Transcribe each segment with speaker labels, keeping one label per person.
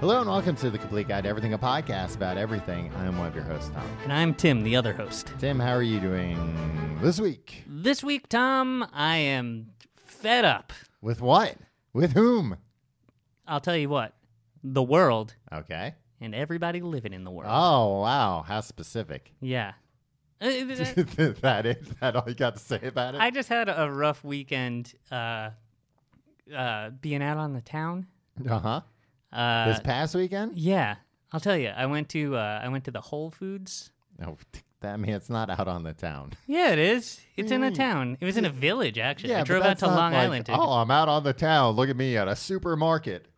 Speaker 1: Hello and welcome to the Complete Guide to Everything, a podcast about everything. I'm one of your hosts, Tom.
Speaker 2: And I'm Tim, the other host.
Speaker 1: Tim, how are you doing this week?
Speaker 2: This week, Tom, I am fed up.
Speaker 1: With what? With whom?
Speaker 2: I'll tell you what the world
Speaker 1: Okay.
Speaker 2: and everybody living in the world.
Speaker 1: Oh wow, how specific.
Speaker 2: Yeah. I
Speaker 1: that is that all you got to say about it?
Speaker 2: I just had a rough weekend uh, uh, being out on the town.
Speaker 1: Uh huh.
Speaker 2: Uh,
Speaker 1: this past weekend?
Speaker 2: yeah. I'll tell you, I went to uh, I went to the Whole Foods.
Speaker 1: No, that means it's not out on the town.
Speaker 2: Yeah, it is. It's in a town. It was in a village, actually. I
Speaker 1: but
Speaker 2: drove out
Speaker 1: that's
Speaker 2: to
Speaker 1: not
Speaker 2: Long
Speaker 1: like,
Speaker 2: Island. to-
Speaker 1: Oh, I'm out on the town. Look at me at a supermarket.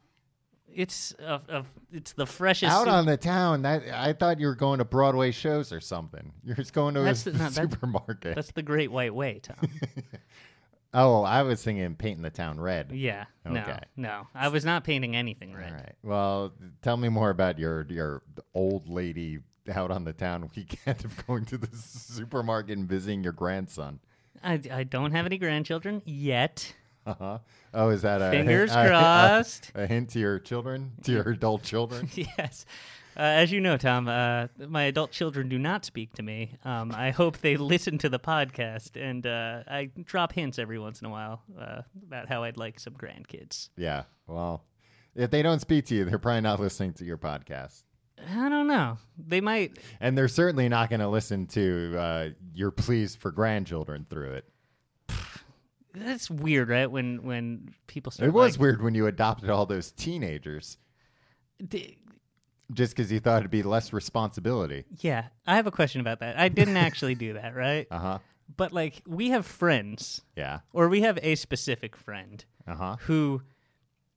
Speaker 2: It's a, a, it's the freshest.
Speaker 1: Out
Speaker 2: soup-
Speaker 1: on the town. That I thought you were going to Broadway shows or something. You're just going to a
Speaker 2: That's the- no, that's-
Speaker 1: supermarket.
Speaker 2: That's the Great White Way, Tom.
Speaker 1: Oh, I was thinking painting the town red.
Speaker 2: Yeah.
Speaker 1: Okay.
Speaker 2: No. No. I was not painting anything red.
Speaker 1: All right. Well, tell me more about your your old lady out on the town weekend of going to the supermarket and visiting your grandson.
Speaker 2: I, I don't have any grandchildren yet.
Speaker 1: Uh-huh. Oh, is that a hint-
Speaker 2: Fingers
Speaker 1: a- a-
Speaker 2: crossed.
Speaker 1: A, hint to your children, to your adult children.
Speaker 2: yes. Uh, as you know, Tom, uh, my adult children do not speak to me. Um, I hope they listen to the podcast, and uh, I drop hints every once in a while uh, about how I'd like some grandkids.
Speaker 1: yeah. Well, if they don't speak to you, they're probably not listening to your podcast,
Speaker 2: I don't know. They might.
Speaker 1: and they're certainly not going to listen to uh, your pleas for grandchildren through it.
Speaker 2: That's weird, right? When when people start.
Speaker 1: It was
Speaker 2: like-
Speaker 1: weird when you adopted all those teenagers
Speaker 2: D-
Speaker 1: just because you thought it'd be less responsibility.
Speaker 2: yeah, I have a question about that. I didn't actually do that, right?
Speaker 1: Uh huh.
Speaker 2: But like, we have friends,
Speaker 1: Yeah.
Speaker 2: or we have a specific friend
Speaker 1: Uh huh.
Speaker 2: who,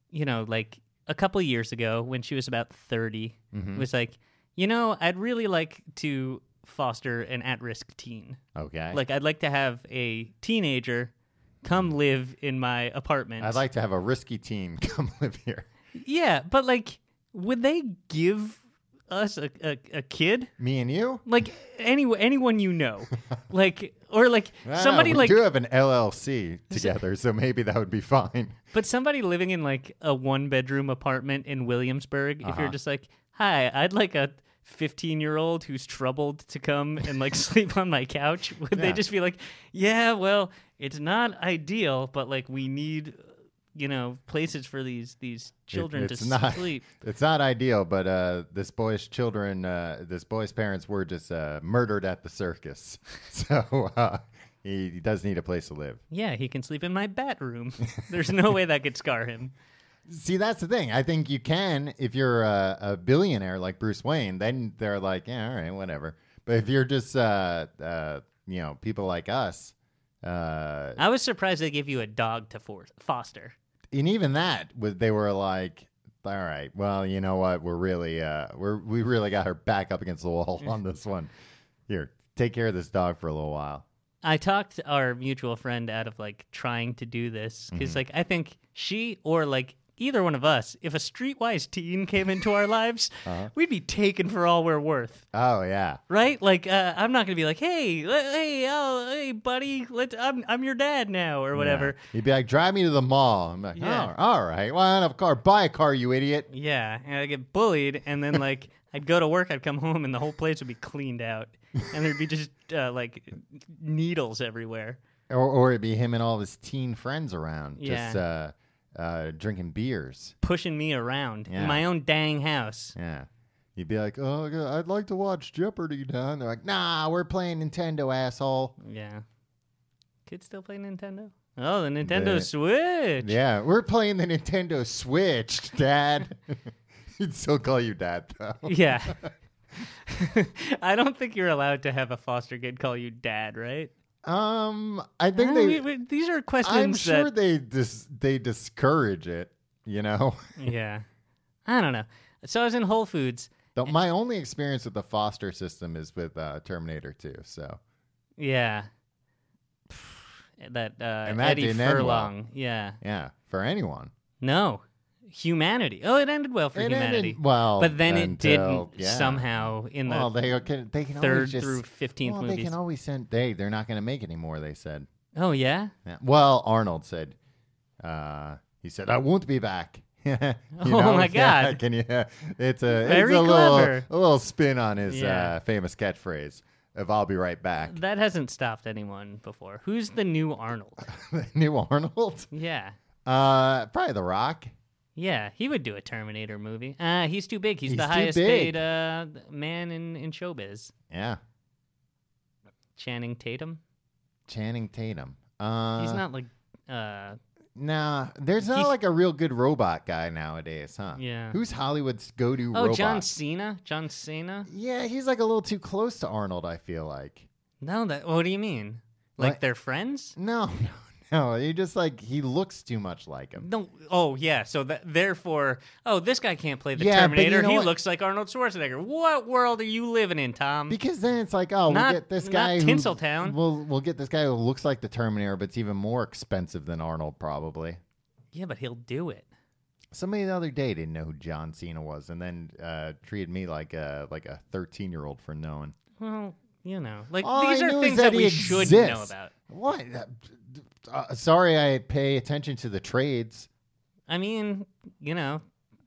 Speaker 2: you know, like a couple years ago when she was about 30,
Speaker 1: Mm-hmm.
Speaker 2: was like, you know, I'd really like to foster an at risk teen.
Speaker 1: Okay.
Speaker 2: Like, I'd like to have a teenager come live in my apartment.
Speaker 1: I'd like to have a risky team come live here.
Speaker 2: yeah, but like, would they give us a, a, a kid?
Speaker 1: Me and you?
Speaker 2: Like any anyone you know, like or like
Speaker 1: I don't know,
Speaker 2: somebody
Speaker 1: Ah, we
Speaker 2: like
Speaker 1: do have an LLC together, so maybe that would be fine.
Speaker 2: But somebody living in like a one bedroom apartment in Williamsburg, if
Speaker 1: Uh-huh.
Speaker 2: you're just like, hi, I'd like a 15 year old who's troubled to come and like sleep on my couch, would they
Speaker 1: Yeah.
Speaker 2: just be like, yeah, well, it's not ideal, but like we need, you know, places for these these
Speaker 1: It-
Speaker 2: children
Speaker 1: it's
Speaker 2: to
Speaker 1: not,
Speaker 2: sleep.
Speaker 1: It's not ideal, but uh, this boy's children, uh, this boy's parents were just uh, murdered at the circus, so uh, he, he does need a place to live.
Speaker 2: Yeah, he can sleep in my bat room. There's no way that could scar him.
Speaker 1: See, that's the thing. I think you can if you're a, a billionaire like Bruce Wayne. Then they're like, yeah, all right, whatever. But if you're just, uh, uh, you know, people like us, uh,
Speaker 2: I was surprised they gave you a dog to for- foster.
Speaker 1: and even that was they were like all right well you know what we're really uh we're we really got her back up against the wall on this one here take care of this dog for a little while
Speaker 2: I talked our mutual friend out of like trying to do this because like I think she or like either one of us, if a streetwise teen came into our lives, we'd be taken for all we're worth,
Speaker 1: oh yeah
Speaker 2: right? Like uh, I'm not gonna be like, hey, le- hey, oh, hey, buddy, let I'm I'm your dad now or whatever.
Speaker 1: Yeah. he'd be like drive me to the mall i'm like
Speaker 2: Yeah.
Speaker 1: oh, all right well i don't have a car buy a car you idiot
Speaker 2: Yeah, and I get bullied, and then like I'd go to work, I'd come home, and the whole place would be cleaned out, and there'd be just uh, like needles everywhere.
Speaker 1: or, or it'd be him and all his teen friends around just uh uh drinking beers
Speaker 2: Pushing me around
Speaker 1: Yeah.
Speaker 2: in my own dang house.
Speaker 1: yeah You'd be like, oh, I'd like to watch Jeopardy now. And they're like, nah, we're playing Nintendo, asshole.
Speaker 2: Yeah. Kids still play Nintendo? Oh, the Nintendo Switch.
Speaker 1: Yeah, we're playing the Nintendo Switch, Dad. He'd still call you Dad, though.
Speaker 2: Yeah. I don't think you're allowed to have a foster kid call you dad, right?
Speaker 1: Um, I think
Speaker 2: Uh,
Speaker 1: they.
Speaker 2: we- we- these are questions
Speaker 1: I'm sure
Speaker 2: that
Speaker 1: they dis- they discourage it. You know,
Speaker 2: Yeah. I don't know. So I was in Whole Foods.
Speaker 1: the, my only experience with the foster system is with uh, Terminator 2. So
Speaker 2: Yeah. Pff, That uh
Speaker 1: And that
Speaker 2: Eddie
Speaker 1: didn't end well.
Speaker 2: Furlong. Yeah.
Speaker 1: yeah, for anyone,
Speaker 2: No. Humanity. Oh, it ended well for
Speaker 1: It ended
Speaker 2: humanity.
Speaker 1: well,
Speaker 2: but then it
Speaker 1: until-
Speaker 2: didn't
Speaker 1: yeah.
Speaker 2: somehow in the
Speaker 1: well, they can they can
Speaker 2: third
Speaker 1: always just,
Speaker 2: through 15th
Speaker 1: well, They
Speaker 2: movies.
Speaker 1: can always send. They they're not going to make any more. They said.
Speaker 2: Oh yeah?
Speaker 1: Yeah. Well, Arnold said, uh, he said, I won't be back. You
Speaker 2: Oh, my
Speaker 1: Yeah,
Speaker 2: God.
Speaker 1: Can you? It's a it's
Speaker 2: Very
Speaker 1: a little
Speaker 2: clever.
Speaker 1: a little spin on his
Speaker 2: Yeah.
Speaker 1: uh, famous catchphrase of "I'll be right back."
Speaker 2: That hasn't stopped anyone before. Who's the new Arnold?
Speaker 1: The New Arnold,
Speaker 2: yeah.
Speaker 1: uh, probably The Rock.
Speaker 2: Yeah, he would do a Terminator movie. Uh, he's too big. He's,
Speaker 1: He's
Speaker 2: the
Speaker 1: too
Speaker 2: highest
Speaker 1: big.
Speaker 2: paid uh, man in, in showbiz.
Speaker 1: Yeah,
Speaker 2: Channing Tatum.
Speaker 1: Channing Tatum. Uh,
Speaker 2: he's not like, uh,
Speaker 1: Nah, there's not
Speaker 2: he's-
Speaker 1: like a real good robot guy nowadays, huh?
Speaker 2: Yeah.
Speaker 1: Who's Hollywood's go-to
Speaker 2: oh,
Speaker 1: robot?
Speaker 2: John Cena. John Cena.
Speaker 1: Yeah, he's like a little too close to Arnold. I feel like.
Speaker 2: No, that. What do you mean? Like
Speaker 1: What?
Speaker 2: they're friends?
Speaker 1: No, no, no. He just like he looks too much like him.
Speaker 2: No. Oh, yeah. So that therefore, oh, this guy can't play the
Speaker 1: Yeah, but you
Speaker 2: Terminator.
Speaker 1: know
Speaker 2: he
Speaker 1: what?
Speaker 2: looks like Arnold Schwarzenegger. What world are you living in, Tom?
Speaker 1: Because then it's like, oh,
Speaker 2: Mm. Not-
Speaker 1: we'll get this
Speaker 2: not
Speaker 1: guy. who-
Speaker 2: Tinseltown.
Speaker 1: We'll we'll get this guy who looks like the Terminator, but it's even more expensive than Arnold probably.
Speaker 2: yeah, but he'll do it.
Speaker 1: Somebody the other day didn't know who John Cena was, and then uh, treated me like a like a thirteen year old for knowing.
Speaker 2: Well, you know, like
Speaker 1: All
Speaker 2: these
Speaker 1: I
Speaker 2: are
Speaker 1: knew is
Speaker 2: things
Speaker 1: that
Speaker 2: we
Speaker 1: he
Speaker 2: should know
Speaker 1: exists.
Speaker 2: about.
Speaker 1: What? Uh, sorry, I pay attention to the trades.
Speaker 2: I mean, you know,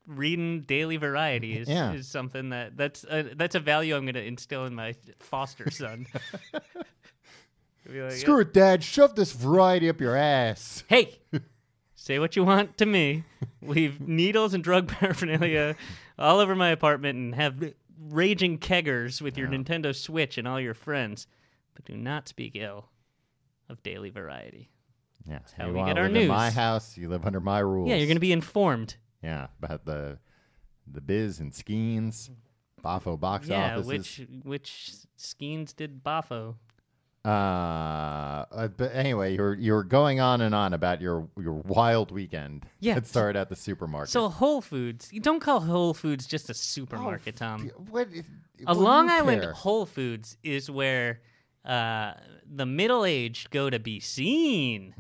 Speaker 2: reading Daily Variety is,
Speaker 1: Yeah.
Speaker 2: is something that that's a, that's a value I'm going to instill in my foster son. Be like,
Speaker 1: Screw it, Dad. Shove this variety up your ass.
Speaker 2: Hey, say what you want to me. Leave needles and drug paraphernalia all over my apartment, and have raging keggers with your Nintendo Switch and all your friends. But do not speak ill of Daily Variety.
Speaker 1: Yeah,
Speaker 2: how
Speaker 1: you
Speaker 2: we
Speaker 1: wanna
Speaker 2: get our
Speaker 1: live in my
Speaker 2: news.
Speaker 1: house. You live under my rules.
Speaker 2: Yeah, you're going to be informed.
Speaker 1: Yeah, about the the biz and skeins, Bafo box
Speaker 2: yeah,
Speaker 1: offices.
Speaker 2: which which skeins did Bafo
Speaker 1: Uh, uh, but anyway, you're you're going on and on about your your wild weekend.
Speaker 2: Yeah.
Speaker 1: that started at the supermarket.
Speaker 2: So Whole Foods, you don't call Whole Foods just
Speaker 1: Oh,
Speaker 2: a supermarket, Tom.
Speaker 1: what? is-
Speaker 2: A
Speaker 1: what do
Speaker 2: Long
Speaker 1: you
Speaker 2: Island
Speaker 1: care?
Speaker 2: Whole Foods is where uh, the middle-aged go to be seen.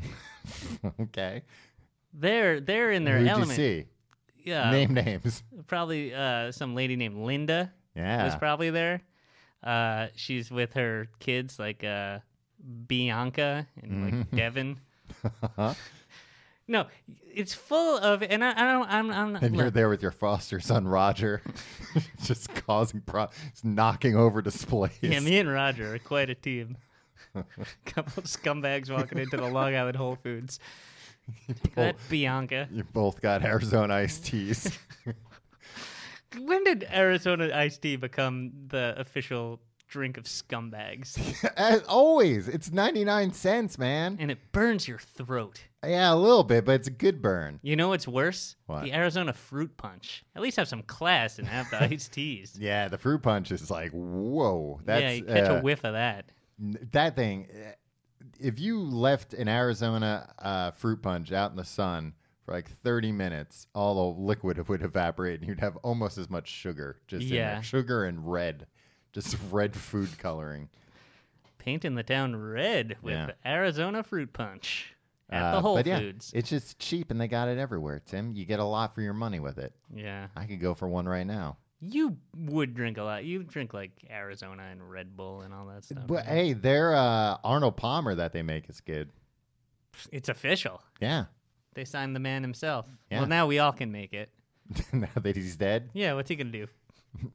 Speaker 1: okay.
Speaker 2: They're they're in their
Speaker 1: Who'd
Speaker 2: element.
Speaker 1: you see?
Speaker 2: Yeah,
Speaker 1: Name names.
Speaker 2: probably uh, some lady named Linda was
Speaker 1: Yeah.
Speaker 2: probably there. Uh, she's with her kids, like uh, Bianca and
Speaker 1: Mm-hmm.
Speaker 2: like Devin. No, it's full of, and I, I don't, I'm, I'm not.
Speaker 1: and
Speaker 2: look,
Speaker 1: you're there with your foster son Roger, just causing pro, just knocking over displays.
Speaker 2: Yeah, me and Roger are quite a team. Couple of scumbags walking into the Long Island Whole Foods. Take that Bianca.
Speaker 1: you both got Arizona iced teas.
Speaker 2: When did Arizona iced tea become the official drink of scumbags?
Speaker 1: As always, it's ninety nine cents, man.
Speaker 2: and it burns your throat.
Speaker 1: Yeah, a little bit, but it's a good burn.
Speaker 2: You know what's worse?
Speaker 1: What?
Speaker 2: The Arizona fruit punch. At least have some class and have the iced teas.
Speaker 1: Yeah, the fruit punch is like whoa. That's
Speaker 2: yeah, you catch
Speaker 1: uh,
Speaker 2: a whiff of that.
Speaker 1: n- that thing. eh, If you left an Arizona uh, fruit punch out in the sun for like thirty minutes, all the liquid would evaporate, and you'd have almost as much sugar. Just in there.
Speaker 2: Yeah.
Speaker 1: sugar and red, just red food coloring.
Speaker 2: Painting the town red with
Speaker 1: Yeah.
Speaker 2: Arizona fruit punch at the
Speaker 1: Uh,
Speaker 2: Whole
Speaker 1: but yeah,
Speaker 2: Foods.
Speaker 1: it's just cheap, and they got it everywhere. Tim, you get a lot for your money with it.
Speaker 2: yeah.
Speaker 1: I could go for one right now.
Speaker 2: You would drink a lot. You drink like Arizona and Red Bull and all that stuff.
Speaker 1: But hey, their uh, Arnold Palmer that they make is good.
Speaker 2: It's official.
Speaker 1: Yeah.
Speaker 2: They signed the man himself.
Speaker 1: Yeah.
Speaker 2: Well, now we all can make it.
Speaker 1: now that he's dead,
Speaker 2: Yeah, what's he gonna do?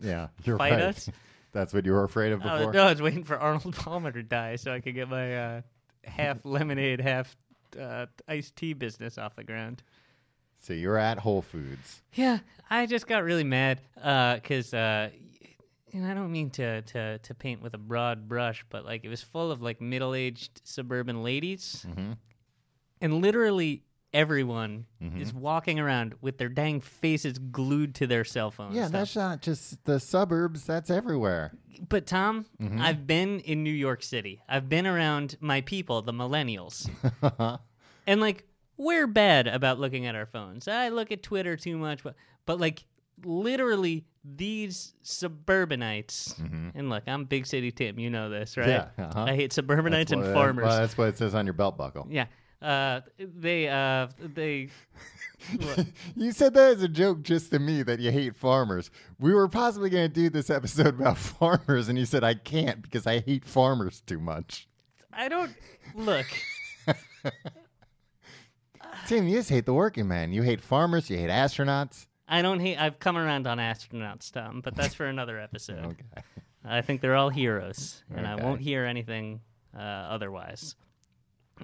Speaker 1: yeah, you're
Speaker 2: Fight
Speaker 1: right.
Speaker 2: us?
Speaker 1: That's what you were afraid of
Speaker 2: Oh,
Speaker 1: before.
Speaker 2: no, I was waiting for Arnold Palmer to die so I could get my uh, half lemonade, half uh, iced tea business off the ground.
Speaker 1: So you're at Whole Foods.
Speaker 2: Yeah, I just got really mad because uh, and I don't mean to, to to paint with a broad brush, but like it was full of like middle aged suburban ladies, and literally everyone is walking around with their dang faces glued to their cell phones.
Speaker 1: Yeah, that's not just the suburbs. That's everywhere.
Speaker 2: But Tom,
Speaker 1: Mm-hmm.
Speaker 2: I've been in New York City. I've been around my people, the millennials. and like we're bad about looking at our phones. I look at Twitter too much, but but like literally these suburbanites. And look, I'm big city Tim, you know this, right?
Speaker 1: Mm-hmm. Yeah, uh-huh.
Speaker 2: I hate suburbanites and
Speaker 1: Well, that-
Speaker 2: farmers.
Speaker 1: Well, that's uh, what it says on your belt buckle.
Speaker 2: yeah. Uh, they uh, they
Speaker 1: You said that as a joke just to me that you hate farmers. We were possibly going to do this episode about farmers, and you said, I can't because I hate farmers too much.
Speaker 2: I don't look.
Speaker 1: Tim, you just hate the working man. You hate farmers, you hate astronauts.
Speaker 2: I don't hate. I've come around on astronauts, Tom, but that's for another episode. I think they're all heroes, and I
Speaker 1: Okay.
Speaker 2: won't hear anything uh, otherwise.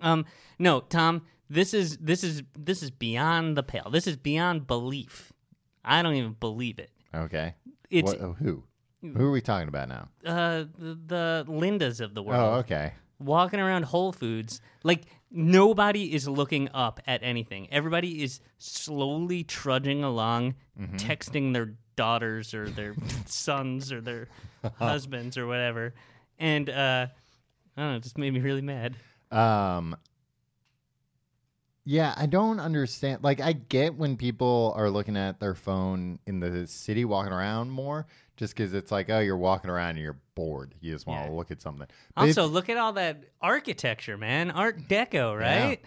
Speaker 2: Um, no, Tom, this is this is this is beyond the pale. This is beyond belief. I don't even believe it.
Speaker 1: Okay.
Speaker 2: It's
Speaker 1: What- oh, who? Who are we talking about now?
Speaker 2: uh, the, the Lindas of the world
Speaker 1: Oh, okay.
Speaker 2: walking around Whole Foods. Like nobody is looking up at anything. Everybody is slowly trudging along, texting their daughters or their sons or their husbands or whatever. And uh, I don't know, it just made me really mad.
Speaker 1: Um, yeah, I don't understand. Like, I get when people are looking at their phone in the city walking around more, just because it's like, oh, you're walking around and you're bored. You just want to
Speaker 2: Yeah.
Speaker 1: look at something. But if-
Speaker 2: Also, look at all that architecture, man. Art Deco, right?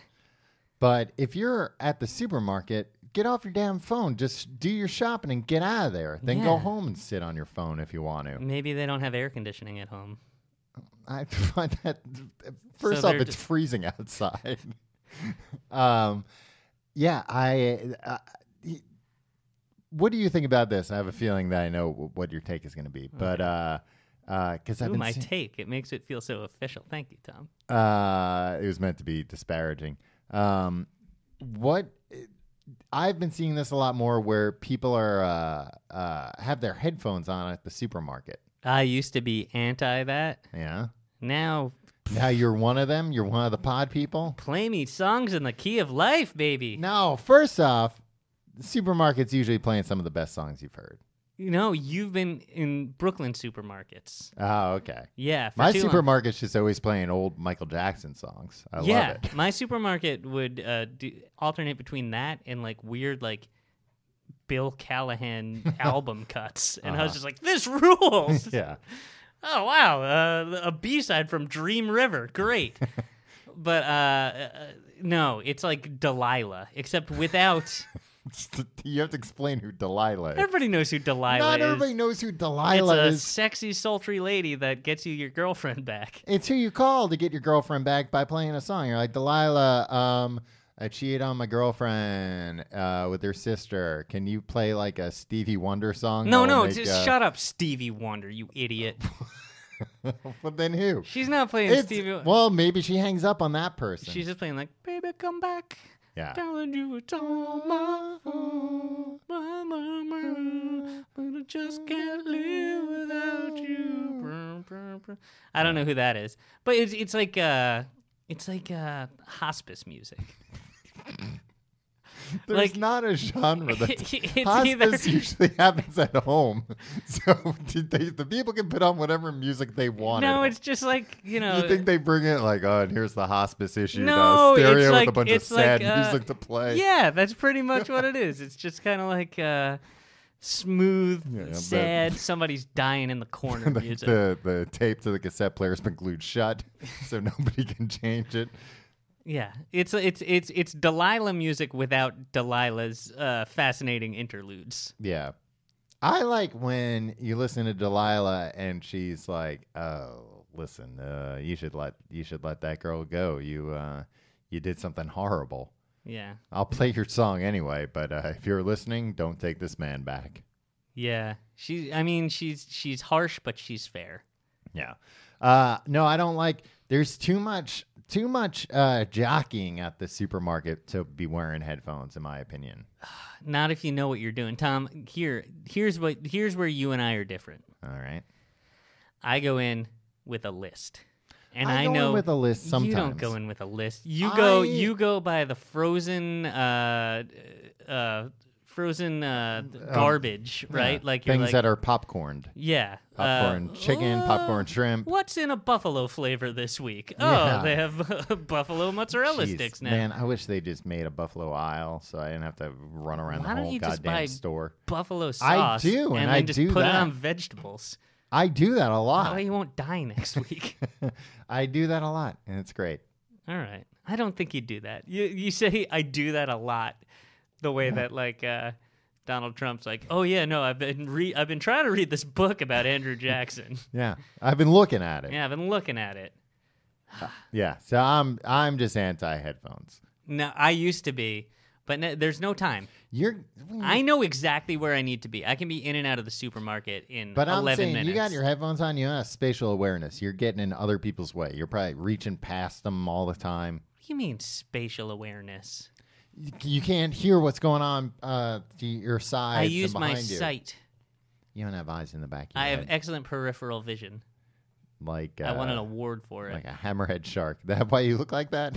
Speaker 1: But if you're at the supermarket, get off your damn phone. Just do your shopping and get out of there. Then go
Speaker 2: Yeah.
Speaker 1: home and sit on your phone if you want to.
Speaker 2: Maybe they don't have air conditioning at home.
Speaker 1: I find that first off,
Speaker 2: they're
Speaker 1: it's
Speaker 2: just-
Speaker 1: freezing outside. um, yeah, I. Uh, what do you think about this? I have a feeling that I know wh- what your take is going to be, but because uh, uh 'cause I've
Speaker 2: Ooh,
Speaker 1: been
Speaker 2: my
Speaker 1: see-
Speaker 2: take. It makes it feel so official. Thank you, Tom.
Speaker 1: Uh, it was meant to be disparaging. Um, what uh, I've been seeing this a lot more, where people are uh, uh, have their headphones on at the supermarket.
Speaker 2: I used to be anti that.
Speaker 1: Yeah.
Speaker 2: Now
Speaker 1: Now you're one of them. You're one of the pod people.
Speaker 2: play me songs in the key of life, baby.
Speaker 1: No, first off, the supermarkets usually playing some of the best songs you've heard.
Speaker 2: You know, you've been in Brooklyn supermarkets.
Speaker 1: Oh, okay.
Speaker 2: Yeah, for
Speaker 1: My
Speaker 2: too long.
Speaker 1: supermarket's just always playing old Michael Jackson songs. I
Speaker 2: yeah,
Speaker 1: love it.
Speaker 2: my supermarket would uh, do, alternate between that and like weird like Bill Callahan album cuts, and I was just like, "This rules!"
Speaker 1: Uh-huh. Yeah.
Speaker 2: Oh wow, uh, a B side from Dream River, great. but uh, uh, no, it's like Delilah, except without.
Speaker 1: you have to explain who Delilah is.
Speaker 2: everybody knows who Delilah
Speaker 1: Not
Speaker 2: is.
Speaker 1: everybody knows who
Speaker 2: it's
Speaker 1: Delilah
Speaker 2: a
Speaker 1: is.
Speaker 2: sexy, sultry lady that gets you your girlfriend back.
Speaker 1: It's who you call to get your girlfriend back by playing a song. You're like, Delilah, um, I cheated on my girlfriend uh, with her sister. Can you play like a Stevie Wonder song?
Speaker 2: No,
Speaker 1: that'll
Speaker 2: no,
Speaker 1: make,
Speaker 2: just
Speaker 1: uh,
Speaker 2: shut up, Stevie Wonder, you idiot.
Speaker 1: But then who?
Speaker 2: She's not playing
Speaker 1: It's-
Speaker 2: Stevie. Wonder.
Speaker 1: well, maybe she hangs up on that person.
Speaker 2: She's just playing like, "Baby, come back."
Speaker 1: Yeah.
Speaker 2: Telling you it's all my fault. My, my, my, But I just can't live without you. Brr, brr, brr. I don't know who that is, but it's it's like uh, it's like uh, hospice music.
Speaker 1: There's
Speaker 2: like-
Speaker 1: not a genre that
Speaker 2: It's either-
Speaker 1: hospice usually happens at home, so they, the people can put on whatever music they want.
Speaker 2: No,
Speaker 1: at
Speaker 2: it's just like you
Speaker 1: home.
Speaker 2: know.
Speaker 1: you think they bring it like, oh, and here's the hospice issue,
Speaker 2: No,
Speaker 1: the stereo
Speaker 2: it's like
Speaker 1: with a bunch of
Speaker 2: it's like,
Speaker 1: sad
Speaker 2: uh,
Speaker 1: music to play.
Speaker 2: Yeah, that's pretty much what it is. It's just kind of like uh, smooth,
Speaker 1: I bet.
Speaker 2: sad. Somebody's dying in the corner
Speaker 1: the,
Speaker 2: music.
Speaker 1: the the tape to the cassette player has been glued shut, so nobody can change it.
Speaker 2: Yeah, it's it's it's it's Delilah music without Delilah's uh, fascinating interludes.
Speaker 1: Yeah, I like when you listen to Delilah and she's like, "Oh, listen, uh, you should let you should let that girl go. You uh, you did something horrible.
Speaker 2: Yeah,
Speaker 1: I'll play your song anyway, but uh, if you're listening, don't take this man back."
Speaker 2: yeah. She, I mean, she's she's harsh, but she's fair.
Speaker 1: Yeah. Uh, no, I don't like. There's too much too much uh, jockeying at the supermarket to be wearing headphones, in my opinion.
Speaker 2: Not if you know what you're doing, Tom. Here, here's what here's where you and I are different.
Speaker 1: All right.
Speaker 2: I go in with a list. And
Speaker 1: I
Speaker 2: I,
Speaker 1: go in
Speaker 2: know
Speaker 1: with a list
Speaker 2: You don't
Speaker 1: sometimes.
Speaker 2: go in with a list. You go
Speaker 1: I-
Speaker 2: you go by the frozen uh uh frozen uh garbage, right? like you're
Speaker 1: Oh, things
Speaker 2: like
Speaker 1: that are popcorned,
Speaker 2: yeah. uh,
Speaker 1: popcorn chicken,
Speaker 2: "Uh,
Speaker 1: popcorn shrimp.
Speaker 2: What's in a buffalo flavor this week? Oh,
Speaker 1: Yeah.
Speaker 2: they have buffalo mozzarella
Speaker 1: Jeez,
Speaker 2: sticks now.
Speaker 1: Man, I wish they just made a buffalo aisle so I didn't have to run around
Speaker 2: Why
Speaker 1: the
Speaker 2: don't
Speaker 1: whole
Speaker 2: you just
Speaker 1: goddamn
Speaker 2: buy-
Speaker 1: store.
Speaker 2: Buffalo
Speaker 1: I
Speaker 2: sauce.
Speaker 1: do, and
Speaker 2: and
Speaker 1: I
Speaker 2: then just
Speaker 1: do
Speaker 2: put
Speaker 1: that. Ah.
Speaker 2: it on vegetables.
Speaker 1: I do that a
Speaker 2: That
Speaker 1: lot.
Speaker 2: way you won't die next week.
Speaker 1: I do that a lot, and it's great.
Speaker 2: All right. I don't think you'd do that. You you say I do that a lot, the way that like uh, Donald Trump's like, oh yeah, no, I've been re- I've been trying to read this book about Andrew Jackson.
Speaker 1: Yeah, I've been looking at it. Yeah,
Speaker 2: yeah, I've been looking at it.
Speaker 1: so I'm I'm just anti headphones.
Speaker 2: No, I used to be, but no, there's no time.
Speaker 1: You're,
Speaker 2: I know exactly where I need to be. I can be in and out of the supermarket in
Speaker 1: but I'm
Speaker 2: 11
Speaker 1: saying
Speaker 2: minutes.
Speaker 1: you got your headphones on. You don't have spatial awareness. You're getting in other people's way. You're probably reaching past them all the time.
Speaker 2: what do you mean spatial awareness?
Speaker 1: You, you can't hear what's going on uh, to your side.
Speaker 2: I use my
Speaker 1: behind you.
Speaker 2: sight.
Speaker 1: You don't have eyes in the back. Of your
Speaker 2: I have
Speaker 1: head.
Speaker 2: excellent peripheral vision.
Speaker 1: like uh,
Speaker 2: I won an award for it.
Speaker 1: like a hammerhead shark. That why you look like that?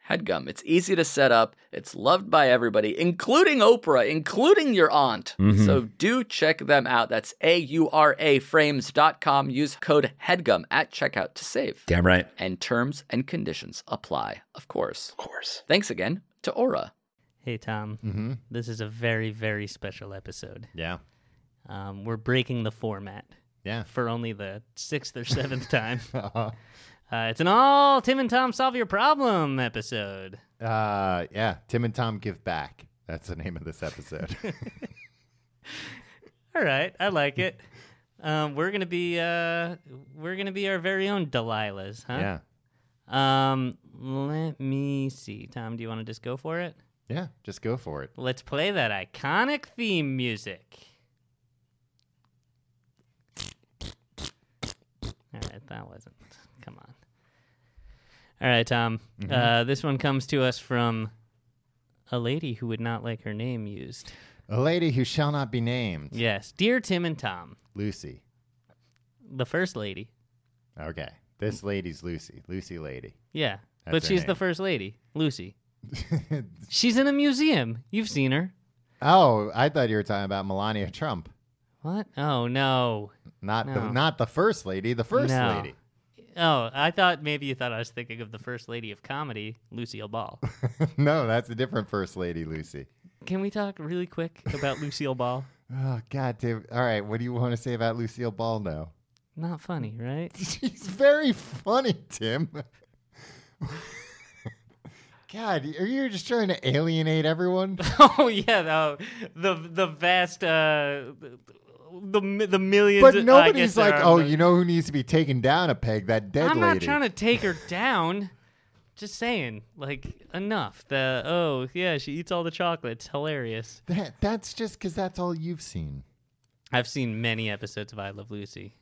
Speaker 3: HEADGUM. It's easy to set up, it's loved by everybody, including Oprah, including your aunt.
Speaker 4: Mhm.
Speaker 3: So do check them out. That's A U R A frames.com. Use code HEADGUM at checkout to save.
Speaker 4: Damn right.
Speaker 3: And terms and conditions apply, of course.
Speaker 4: Of course.
Speaker 3: Thanks again to Aura.
Speaker 2: Hey, Tom.
Speaker 1: Mm-hmm.
Speaker 2: This is a very, very special episode.
Speaker 1: Yeah.
Speaker 2: Um, we're breaking the format
Speaker 1: Yeah.
Speaker 2: for only the sixth or seventh time.
Speaker 1: uh,
Speaker 2: Uh, it's an all Tim and Tom solve your problem episode.
Speaker 1: yeah. Tim and Tom give back. That's the name of this episode.
Speaker 2: All right, I like it. Um, we're gonna be uh, we're gonna be our very own Delilahs, huh?
Speaker 1: yeah.
Speaker 2: Yeah. Um, let me see, Tom. Do you want to just go for it?
Speaker 1: Yeah. Just go for it.
Speaker 2: Let's play that iconic theme music. All right, that wasn't. Come on. All right, Tom.
Speaker 1: Mm-hmm.
Speaker 2: Uh, this one comes to us from a lady who would not like her name used.
Speaker 1: A lady who shall not be named.
Speaker 2: Yes, dear Tim and Tom,
Speaker 1: Lucy.
Speaker 2: the first lady.
Speaker 1: Okay. This lady's Lucy. Lucy lady.
Speaker 2: Yeah,
Speaker 1: That's
Speaker 2: but
Speaker 1: her
Speaker 2: she's the
Speaker 1: name.
Speaker 2: first lady, Lucy. she's in a museum. You've seen her.
Speaker 1: Oh, I thought you were talking about Melania Trump.
Speaker 2: What? Oh no.
Speaker 1: Not the,
Speaker 2: No.
Speaker 1: not the first lady, the first
Speaker 2: No.
Speaker 1: lady.
Speaker 2: Oh, I thought maybe you thought I was thinking of the first lady of comedy, Lucille Ball.
Speaker 1: no, that's a different first lady, Lucy.
Speaker 2: Can we talk really quick about Lucille Ball?
Speaker 1: Oh God, David. All right, what do you want to say about Lucille Ball now?
Speaker 2: Not funny, right?
Speaker 1: She's very funny, Tim. God, are you just trying to alienate everyone?
Speaker 2: oh yeah, no, the the vast uh, the mi- the millions.
Speaker 1: But
Speaker 2: I guess
Speaker 1: nobody's
Speaker 2: there
Speaker 1: like,
Speaker 2: are,
Speaker 1: oh,
Speaker 2: but-
Speaker 1: you know who needs to be taken down a peg? That dead
Speaker 2: I'm
Speaker 1: lady.
Speaker 2: not trying to take her down. Just saying, like enough. The oh yeah, she eats all the chocolates. Hilarious.
Speaker 1: That, that's just because that's all you've seen.
Speaker 2: I've seen many episodes of I Love Lucy.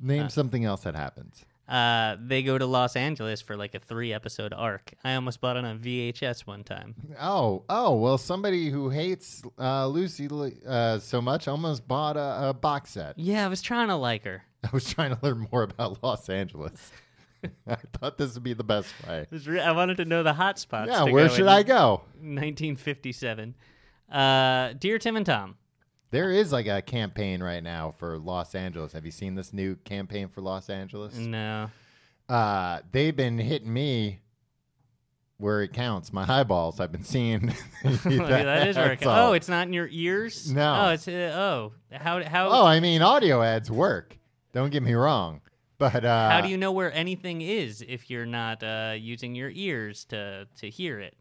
Speaker 1: Name something else that happens.
Speaker 2: Uh, they go to Los Angeles for like a three episode arc. I almost bought it on VHS one time.
Speaker 1: Oh, oh, well, somebody who hates uh, Lucy uh, so much almost bought a, a box set.
Speaker 2: Yeah, I was trying to like her.
Speaker 1: I was trying to learn more about Los Angeles. I thought this would be the best way.
Speaker 2: It was re- I wanted to know the hot spots.
Speaker 1: Yeah,
Speaker 2: to
Speaker 1: where
Speaker 2: go
Speaker 1: should
Speaker 2: in
Speaker 1: I go?
Speaker 2: 1957. Uh, Dear Tim and Tom,
Speaker 1: There is like a campaign right now for Los Angeles. Have you seen this new campaign for Los Angeles?
Speaker 2: no.
Speaker 1: Uh, they've been hitting me where it counts, my eyeballs. I've been seeing.
Speaker 2: that is where it
Speaker 1: That's
Speaker 2: co-
Speaker 1: all.
Speaker 2: Oh, it's not in your ears.
Speaker 1: No.
Speaker 2: Oh, it's uh, oh. How how
Speaker 1: Oh, I mean, audio ads work. Don't get me wrong, but uh,
Speaker 2: how do you know where anything is if you're not uh, using your ears to to hear it?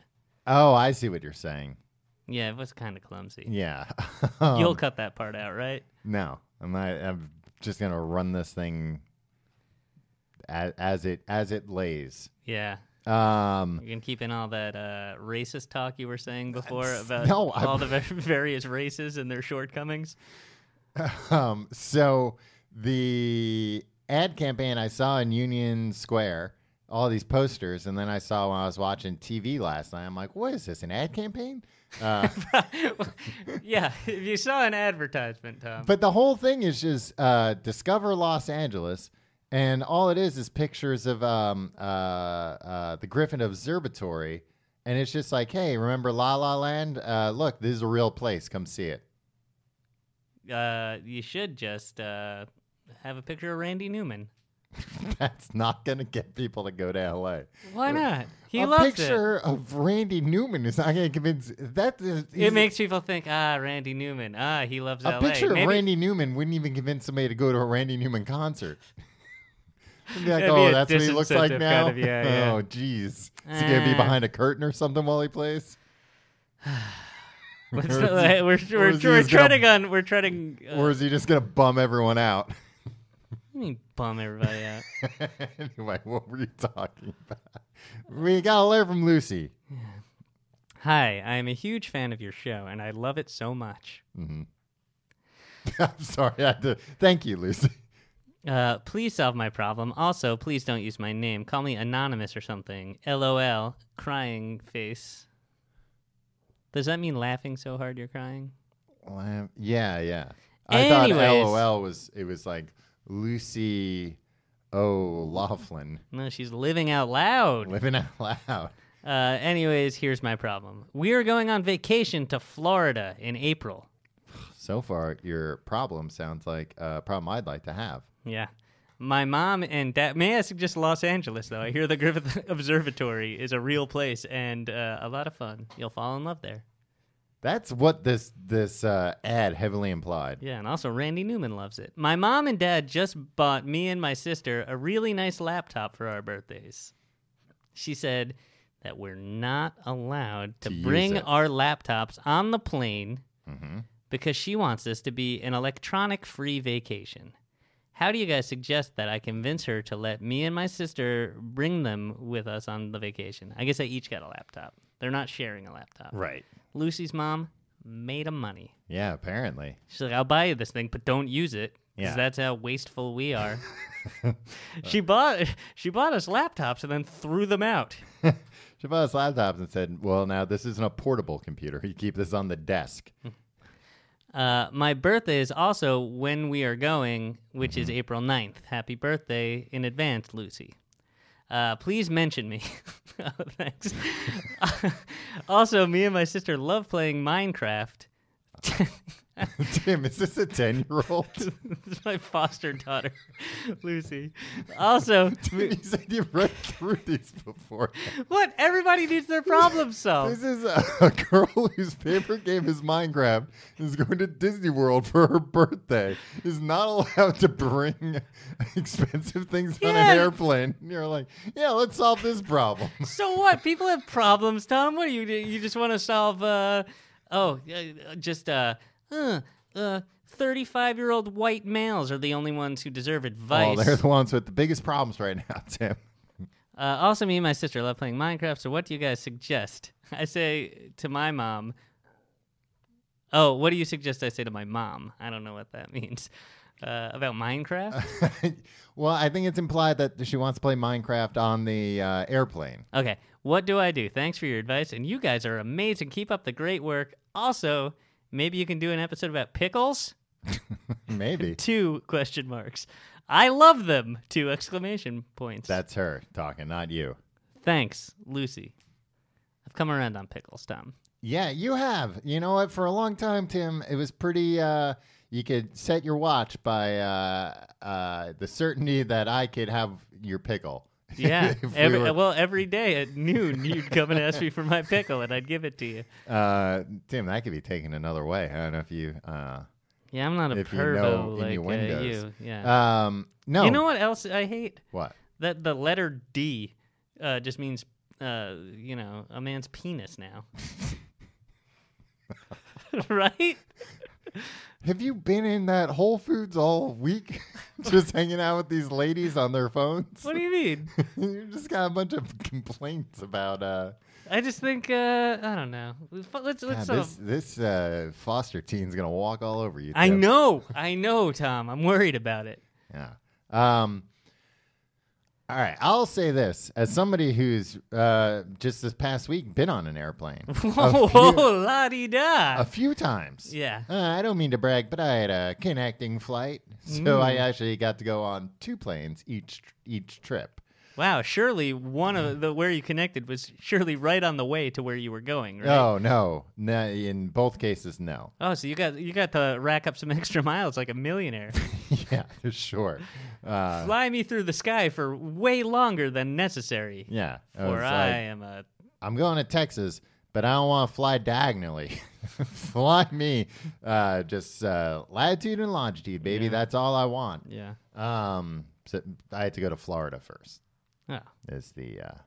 Speaker 1: Oh, I see what you're saying.
Speaker 2: Yeah, it was kind of clumsy.
Speaker 1: Yeah.
Speaker 2: You'll
Speaker 1: Um,
Speaker 2: cut that part out, right?
Speaker 1: No, I'm not, I'm just gonna run this thing as, as it as it lays.
Speaker 2: Yeah.
Speaker 1: Um,
Speaker 2: You can keep in all that uh, racist talk you were saying before
Speaker 1: That's-
Speaker 2: about
Speaker 1: no, I-
Speaker 2: all the the various races and their shortcomings.
Speaker 1: um, so the ad campaign I saw in Union Square, all these posters, and then I saw when I was watching TV last night. I'm like, what is this? An ad campaign? Uh,
Speaker 2: yeah, if you saw an advertisement, Tom.
Speaker 1: But the whole thing is just uh, discover Los Angeles, and all it is is pictures of um, uh, uh, the Griffin Observatory, and it's just like, hey, remember La La Land? Uh, look, this is a real place. Come see it.
Speaker 2: uh, you should just uh, have a picture of Randy Newman.
Speaker 1: That's not gonna get people to go to L.A.
Speaker 2: Why not? He
Speaker 1: a
Speaker 2: loves
Speaker 1: picture of Randy Newman is not gonna convince. That is,
Speaker 2: it. It makes people think, ah, Randy Newman. Ah, he loves
Speaker 1: a
Speaker 2: LA.
Speaker 1: picture
Speaker 2: Maybe-
Speaker 1: of Randy Newman wouldn't even convince somebody to go to a Randy Newman concert. They'd be like,
Speaker 2: That'd be
Speaker 1: oh,
Speaker 2: a
Speaker 1: that's what he looks like
Speaker 2: disincentive
Speaker 1: now.
Speaker 2: kind of- yeah, yeah.
Speaker 1: Oh, jeez, is he gonna be
Speaker 2: Uh.
Speaker 1: behind a curtain or something while he plays?
Speaker 2: Let's
Speaker 1: or is he-
Speaker 2: not- we're
Speaker 1: or
Speaker 2: we're, we're,
Speaker 1: is he
Speaker 2: we're
Speaker 1: just gonna-
Speaker 2: treading on. We're treading. Uh,
Speaker 1: Or is he just gonna bum everyone out?
Speaker 2: let me bum everybody out.
Speaker 1: anyway, what were you talking about? We gotta learn from Lucy.
Speaker 2: Hi, I am a huge fan of your show, and I love it so much.
Speaker 1: I'm sorry. I had to, thank you, Lucy.
Speaker 2: Uh, please solve my problem. Also, please don't use my name. Call me anonymous or something. LOL, crying face. Does that mean laughing so hard you're crying?
Speaker 1: Lam- Yeah, yeah. I thought
Speaker 2: Anyways.
Speaker 1: LOL was it was like Lucy O'Laughlin
Speaker 2: No, she's living out loud.
Speaker 1: living out loud.
Speaker 2: Uh, anyways, here's my problem. We are going on vacation to Florida in April.
Speaker 1: So far, your problem sounds like a problem I'd like to have.
Speaker 2: Yeah. My mom and dad. May I suggest Los Angeles, though? I hear the Griffith Observatory is a real place and uh, a lot of fun. You'll fall in love there.
Speaker 1: That's what this this uh, ad heavily implied.
Speaker 2: Yeah, and also Randy Newman loves it. My mom and dad just bought me and my sister a really nice laptop for our birthdays. She said that we're not allowed to,
Speaker 1: To use
Speaker 2: bring
Speaker 1: it.
Speaker 2: our laptops on the plane because she wants this to be an electronic free vacation. How do you guys suggest that I convince her to let me and my sister bring them with us on the vacation? I guess they each got a laptop. They're not sharing a laptop.
Speaker 4: Right.
Speaker 2: Lucy's mom made 'em money.
Speaker 1: Yeah, apparently.
Speaker 2: She's like, I'll buy you this thing, but don't use it. Because
Speaker 1: Yeah.
Speaker 2: that's how wasteful we are. she bought she bought us laptops and then threw them out.
Speaker 1: She bought us laptops and said, "Well, now this isn't a portable computer. You keep this on the desk."
Speaker 2: Uh, my birthday is also when we are going, which is April 9th. Happy birthday in advance, Lucy. Uh, please mention me. oh, thanks. also, me and my sister love playing Minecraft.
Speaker 1: Tim, is this a ten year old?
Speaker 2: this is my foster daughter, Lucy. Also,
Speaker 1: you said you've read through these before.
Speaker 2: what? Everybody needs their problem solved.
Speaker 1: This is a, a girl whose favorite game is Minecraft is going to Disney World for her birthday. Is not allowed to bring expensive things on
Speaker 2: Yeah.
Speaker 1: an airplane. And you're like, yeah, let's solve this problem.
Speaker 2: So what? People have problems, Tom. What do you do? You just want to solve? Uh, oh, uh, just uh, uh, uh, thirty-five-year-old white males are the only ones who deserve
Speaker 1: Oh,
Speaker 2: advice.
Speaker 1: they're the ones with the biggest problems right now, Tim.
Speaker 2: uh, also, me and my sister love playing Minecraft. So, what do you guys suggest? I say to my mom. Oh, what do you suggest I say to my mom? I don't know what that means. uh, about Minecraft.
Speaker 1: well, I think it's implied that she wants to play Minecraft on the uh, airplane.
Speaker 2: Okay, what do I do? Thanks for your advice, and you guys are amazing. Keep up the great work. Also, maybe you can do an episode about pickles.
Speaker 1: Maybe
Speaker 2: Two question marks. I love them. Two exclamation points.
Speaker 1: that's her talking, not you.
Speaker 2: Thanks, Lucy. I've come around on pickles, Tom.
Speaker 1: Yeah, you have. You know what? For a long time, Tim, it was pretty. Uh, you could set your watch by uh, uh, the certainty that I could have your pickle.
Speaker 2: Yeah.
Speaker 1: If we
Speaker 2: every,
Speaker 1: were-
Speaker 2: Well, every day at noon, you'd come and ask me for my pickle, and I'd give it to you.
Speaker 1: Uh, Tim, that could be taken another way. I don't know if you. Uh,
Speaker 2: Yeah, I'm not a
Speaker 1: If you know
Speaker 2: pervo like uh,
Speaker 1: innuendos.
Speaker 2: you. Yeah.
Speaker 1: um, no.
Speaker 2: You know what else I hate?
Speaker 1: What?
Speaker 2: That the letter D uh, just means, uh, you know, a man's penis now. right?
Speaker 1: Have you been in that Whole Foods all week, just hanging out with these ladies on their phones?
Speaker 2: What do you mean?
Speaker 1: you just got a bunch of complaints about. Uh,
Speaker 2: I just think uh, I don't know. Let's let's.
Speaker 1: God,
Speaker 2: let's uh,
Speaker 1: this this uh, foster teen's gonna walk all over you.
Speaker 2: I
Speaker 1: Tim.
Speaker 2: know, I know, Tom. I'm worried about it.
Speaker 1: Yeah. Um, all right. I'll say this as somebody who's uh, just this past week been on an airplane a
Speaker 2: Whoa,
Speaker 1: few,
Speaker 2: la di da.
Speaker 1: a few times.
Speaker 2: Yeah.
Speaker 1: Uh, I don't mean to brag, but I had a connecting flight, so
Speaker 2: Mm.
Speaker 1: I actually got to go on two planes each each trip.
Speaker 2: Wow, surely one of the where you connected was surely right on the way to where you were going, right?
Speaker 1: Oh no, no! In both cases, no.
Speaker 2: Oh, so you got you got to rack up some extra miles like a millionaire.
Speaker 1: yeah, sure. Uh,
Speaker 2: Fly me through the sky for way longer than necessary.
Speaker 1: yeah. it
Speaker 2: For
Speaker 1: was
Speaker 2: I
Speaker 1: like,
Speaker 2: am a
Speaker 1: I'm going to Texas, but I don't want to fly diagonally. fly me uh, just uh, latitude and longitude, baby. That's all I want.
Speaker 2: yeah.
Speaker 1: Um, so I had to go to Florida first.
Speaker 2: Oh,
Speaker 1: Is the uh,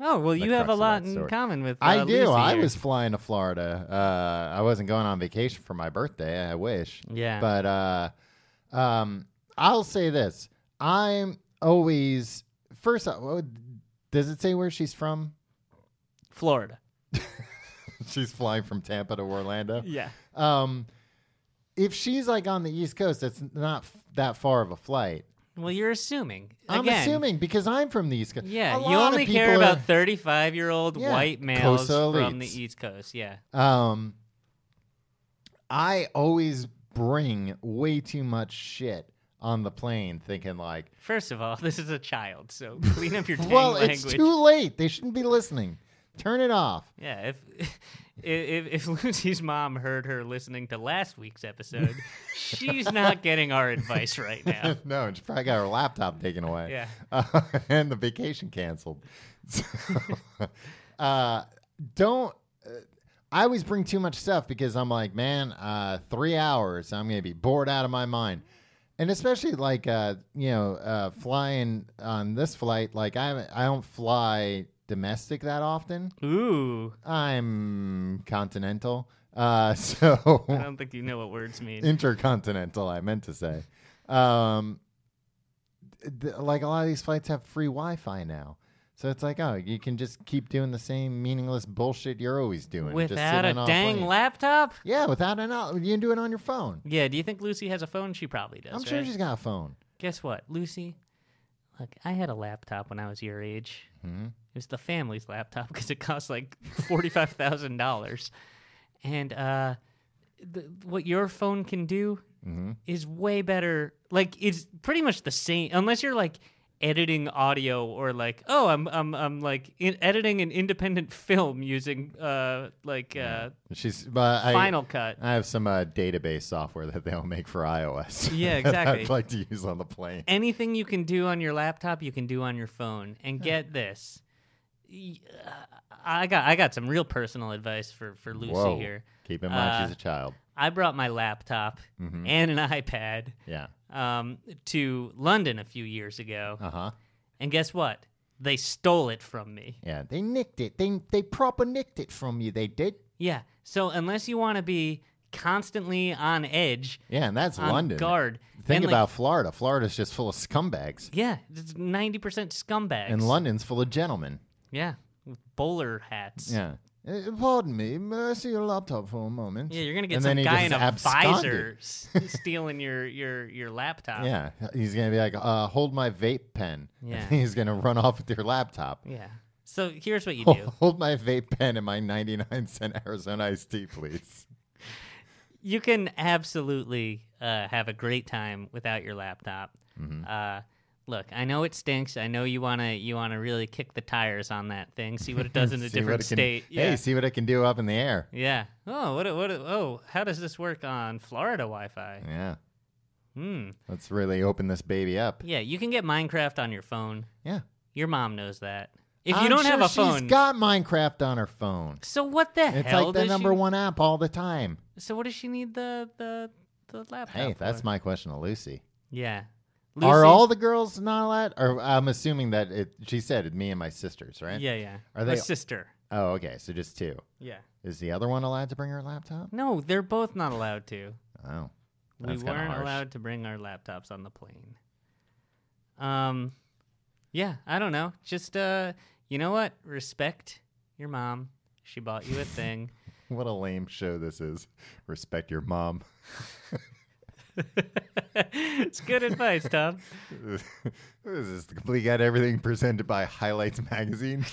Speaker 2: oh well, you have
Speaker 1: crux
Speaker 2: a
Speaker 1: of
Speaker 2: lot
Speaker 1: that
Speaker 2: in
Speaker 1: story.
Speaker 2: common with. Uh,
Speaker 1: I do.
Speaker 2: Lucy
Speaker 1: I
Speaker 2: here.
Speaker 1: was flying to Florida. Uh, I wasn't going on vacation for my birthday. I wish.
Speaker 2: Yeah.
Speaker 1: But uh, um, I'll say this: I'm always first. Uh, does it say where she's from?
Speaker 2: Florida.
Speaker 1: she's flying from Tampa to Orlando.
Speaker 2: Yeah.
Speaker 1: um, if she's like on the East Coast, that's not f- that far of a flight.
Speaker 2: Well, you're assuming.
Speaker 1: I'm
Speaker 2: Again,
Speaker 1: assuming because I'm from the East Coast.
Speaker 2: Yeah,
Speaker 1: A
Speaker 2: you
Speaker 1: lot of
Speaker 2: only care
Speaker 1: people
Speaker 2: about 35 year old
Speaker 1: Yeah,
Speaker 2: white males
Speaker 1: Coastal elites.
Speaker 2: from the East Coast. Yeah.
Speaker 1: are- um, I always bring way too much shit on the plane, thinking like,
Speaker 2: First of all, this is a child, so clean up your tang
Speaker 1: well,
Speaker 2: language.
Speaker 1: it's too late. They shouldn't be listening. Turn it off.
Speaker 2: Yeah, if, if if Lucy's mom heard her listening to last week's episode, she's not getting our advice right now.
Speaker 1: no, she probably got her laptop taken away.
Speaker 2: Yeah.
Speaker 1: Uh, and the vacation canceled. So, uh, don't. Uh, I always bring too much stuff because I'm like, man, uh, three hours, I'm going to be bored out of my mind. And especially like, uh, you know, uh, flying on this flight, like, I, I don't fly domestic that often.
Speaker 2: Ooh,
Speaker 1: I'm continental. Uh, so
Speaker 2: I don't think you know what words mean.
Speaker 1: intercontinental i meant to say um th- like a lot of these flights have free wi-fi now so it's like oh you can just keep doing the same meaningless bullshit you're always doing just
Speaker 2: Without
Speaker 1: sit
Speaker 2: a
Speaker 1: on
Speaker 2: dang
Speaker 1: plane.
Speaker 2: laptop?
Speaker 1: yeah without an out- you can do it on your phone
Speaker 2: Yeah, do you think Lucy has a phone? She probably does.
Speaker 1: i'm sure
Speaker 2: right?
Speaker 1: she's got a phone
Speaker 2: Guess what, Lucy? Look, I had a laptop when I was your age. It was the family's laptop because it cost like forty-five thousand dollars, and uh, th- what your phone can do is way better. Like it's pretty much the same, unless you're like editing audio or like, oh, I'm I'm I'm like in- editing an independent film using uh like uh
Speaker 1: she's uh, I,
Speaker 2: Final Cut.
Speaker 1: i have some uh, database software that they all make for ios
Speaker 2: Yeah,
Speaker 1: that
Speaker 2: exactly.
Speaker 1: i'd like to use on the plane
Speaker 2: anything you can do on your laptop, you can do on your phone. And get this, Y- uh, I got I got some real personal advice for for Lucy
Speaker 1: Whoa.
Speaker 2: here.
Speaker 1: keep in mind
Speaker 2: Uh,
Speaker 1: she's a child
Speaker 2: I brought my laptop
Speaker 1: Mm-hmm.
Speaker 2: and an iPad
Speaker 1: yeah
Speaker 2: um, to London a few years ago,
Speaker 1: uh-huh
Speaker 2: and guess what? They stole it from me.
Speaker 1: yeah they nicked it they they proper nicked it from you they did
Speaker 2: Yeah. So unless you want to be constantly on edge,
Speaker 1: yeah and that's
Speaker 2: on
Speaker 1: london
Speaker 2: guard,
Speaker 1: Think
Speaker 2: and, like,
Speaker 1: about Florida. Florida's just full of scumbags,
Speaker 2: yeah, it's ninety percent scumbags.
Speaker 1: and London's full of gentlemen.
Speaker 2: yeah, with bowler hats.
Speaker 1: Yeah. "Eh, Pardon me, may I see your laptop for a moment?
Speaker 2: Yeah, you're gonna get
Speaker 1: And
Speaker 2: some
Speaker 1: then he
Speaker 2: guy in a
Speaker 1: just absconded.
Speaker 2: visor s- stealing your your your laptop.
Speaker 1: Yeah, he's gonna be like, uh, "Hold my vape pen."
Speaker 2: Yeah.
Speaker 1: And he's gonna run off with your laptop.
Speaker 2: Yeah. So here's what you do.
Speaker 1: Hold my vape pen and my 99 cent Arizona iced tea, please.
Speaker 2: you can absolutely uh, have a great time without your laptop.
Speaker 1: Mm-hmm.
Speaker 2: Uh, look, I know it stinks. I know you wanna you wanna really kick the tires on that thing. See what it does in
Speaker 1: See
Speaker 2: a
Speaker 1: what
Speaker 2: different
Speaker 1: it can-
Speaker 2: state. Yeah.
Speaker 1: Hey, see what I can do up in the air.
Speaker 2: yeah. Oh, what? a- What? a- Oh, how does this work on Florida Wi-Fi?
Speaker 1: Yeah.
Speaker 2: Hmm.
Speaker 1: Let's really open this baby up.
Speaker 2: Yeah, you can get Minecraft on your phone.
Speaker 1: Yeah.
Speaker 2: Your mom knows that. If you
Speaker 1: I'm
Speaker 2: don't
Speaker 1: sure
Speaker 2: have a
Speaker 1: she's
Speaker 2: phone,
Speaker 1: got Minecraft on her phone.
Speaker 2: so what the
Speaker 1: It's
Speaker 2: hell?
Speaker 1: like the
Speaker 2: does
Speaker 1: number
Speaker 2: she-
Speaker 1: one app all the time.
Speaker 2: So what does she need the the the laptop?
Speaker 1: Hey, that's
Speaker 2: for?
Speaker 1: my question to Lucy.
Speaker 2: Yeah.
Speaker 1: Are
Speaker 2: Lucy-
Speaker 1: all the girls not allowed? Or I'm assuming that it, she said me and my sisters, right?
Speaker 2: Yeah, yeah.
Speaker 1: Are
Speaker 2: Are
Speaker 1: they-
Speaker 2: they sister?
Speaker 1: Oh, okay. So just two.
Speaker 2: Yeah.
Speaker 1: Is the other one allowed to bring her laptop?
Speaker 2: No, they're both not allowed to.
Speaker 1: Oh,
Speaker 2: We
Speaker 1: That's kinda
Speaker 2: weren't
Speaker 1: harsh.
Speaker 2: allowed to bring our laptops on the plane. Um, yeah, I don't know. Just uh, you know what? Respect your mom. She bought you a thing.
Speaker 1: what a lame show this is. Respect your mom.
Speaker 2: it's good advice, Tom.
Speaker 1: this is the complete got everything presented by Highlights Magazine.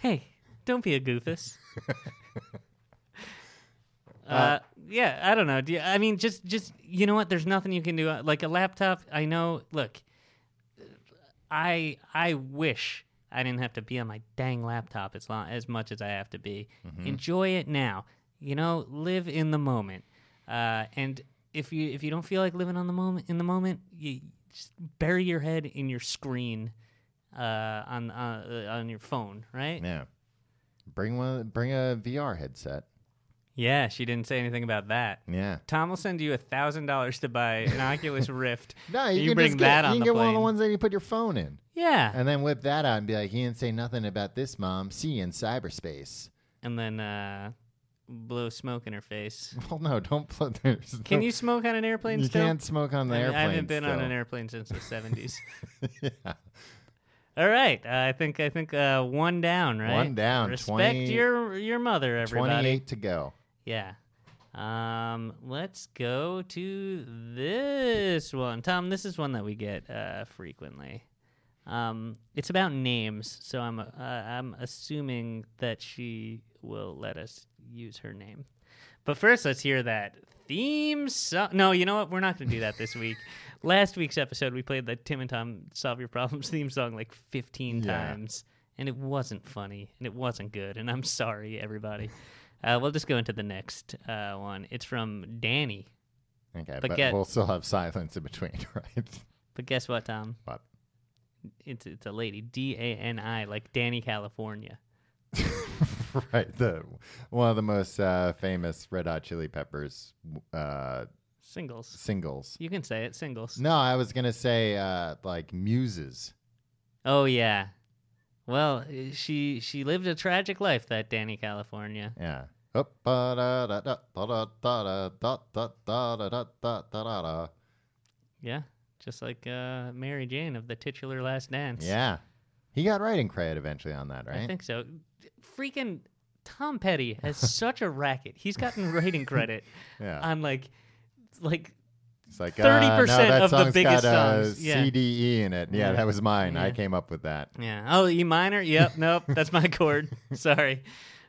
Speaker 2: Hey, don't be a goofus. Uh, yeah, I don't know. Do you, I mean, just, just you know what? There's nothing you can do. uh, Like a laptop, I know. Look, I, I wish I didn't have to be on my dang laptop as long as much as I have to be. Enjoy it now. You know, live in the moment. Uh, and if you, if you don't feel like living on the moment, in the moment, you just bury your head in your screen, uh, on, uh, on your phone, right?
Speaker 1: Yeah. Bring one. Bring a VR headset.
Speaker 2: Yeah, she didn't say anything about that.
Speaker 1: Yeah.
Speaker 2: Tom will send you a thousand dollars to buy an Oculus Rift.
Speaker 1: No, you,
Speaker 2: and
Speaker 1: can
Speaker 2: bring
Speaker 1: just get,
Speaker 2: that
Speaker 1: you
Speaker 2: on
Speaker 1: can
Speaker 2: the
Speaker 1: get
Speaker 2: plane.
Speaker 1: one of the ones Uh, that you put your phone in,
Speaker 2: Yeah,
Speaker 1: and then whip that out and be like, "He didn't say nothing about this, mom. See you in cyberspace."
Speaker 2: and then uh, blow smoke in her face.
Speaker 1: Well, no, don't put. There's
Speaker 2: Can
Speaker 1: no-
Speaker 2: you smoke on an airplane
Speaker 1: You
Speaker 2: still?
Speaker 1: can't smoke on the
Speaker 2: I mean,
Speaker 1: airplane.
Speaker 2: I haven't been on
Speaker 1: still.
Speaker 2: an airplane since the seventies.
Speaker 1: yeah.
Speaker 2: All right, uh, I think I think uh, one down, right?
Speaker 1: One down,
Speaker 2: Respect
Speaker 1: 20
Speaker 2: your your mother, everybody.
Speaker 1: Twenty-eight to go.
Speaker 2: Yeah. Um, let's go to this one, Tom. This is one that we get uh, frequently. Um, it's about names, so I'm uh, I'm assuming that she will let us use her name. But first, let's hear that theme song. No, you know what? We're not going to do that this week. Last week's episode, we played the Tim and Tom Solve Your Problems theme song like 15
Speaker 1: Yeah.
Speaker 2: times, and it wasn't funny, and it wasn't good, and I'm sorry, everybody. Uh, we'll just go into the next uh, one. It's from Danny.
Speaker 1: Okay,
Speaker 2: But
Speaker 1: but
Speaker 2: get-
Speaker 1: we'll still have silence in between, right?
Speaker 2: But guess what, Tom?
Speaker 1: But
Speaker 2: It's it's a lady, D A N I, like Danny California.
Speaker 1: right, the one of the most uh, famous Red Hot Chili Peppers uh,
Speaker 2: Singles.
Speaker 1: singles.
Speaker 2: You can say it, singles.
Speaker 1: No, I was gonna say uh, like muses.
Speaker 2: Oh yeah. Well, uh, she she lived a tragic life, that Danny California.
Speaker 1: Yeah. Up, ba, da, da, da, da, da, da, da, da, da, da, da, da, da, da, da, da.
Speaker 2: Yeah, just like uh, Mary Jane of the titular Last Dance.
Speaker 1: Yeah. He got writing credit eventually on that, right?
Speaker 2: I think so. Freaking Tom Petty has such a racket. He's gotten writing credit
Speaker 1: Yeah.
Speaker 2: on like like
Speaker 1: It's like
Speaker 2: 30%
Speaker 1: uh, no, that
Speaker 2: of the
Speaker 1: song's
Speaker 2: biggest
Speaker 1: got, uh,
Speaker 2: songs. Yeah.
Speaker 1: CDE in it. Yeah,
Speaker 2: Yeah.
Speaker 1: that was mine. I
Speaker 2: Yeah.
Speaker 1: came up with that.
Speaker 2: Yeah. Oh, E minor. Yep. Nope. That's my chord. Sorry.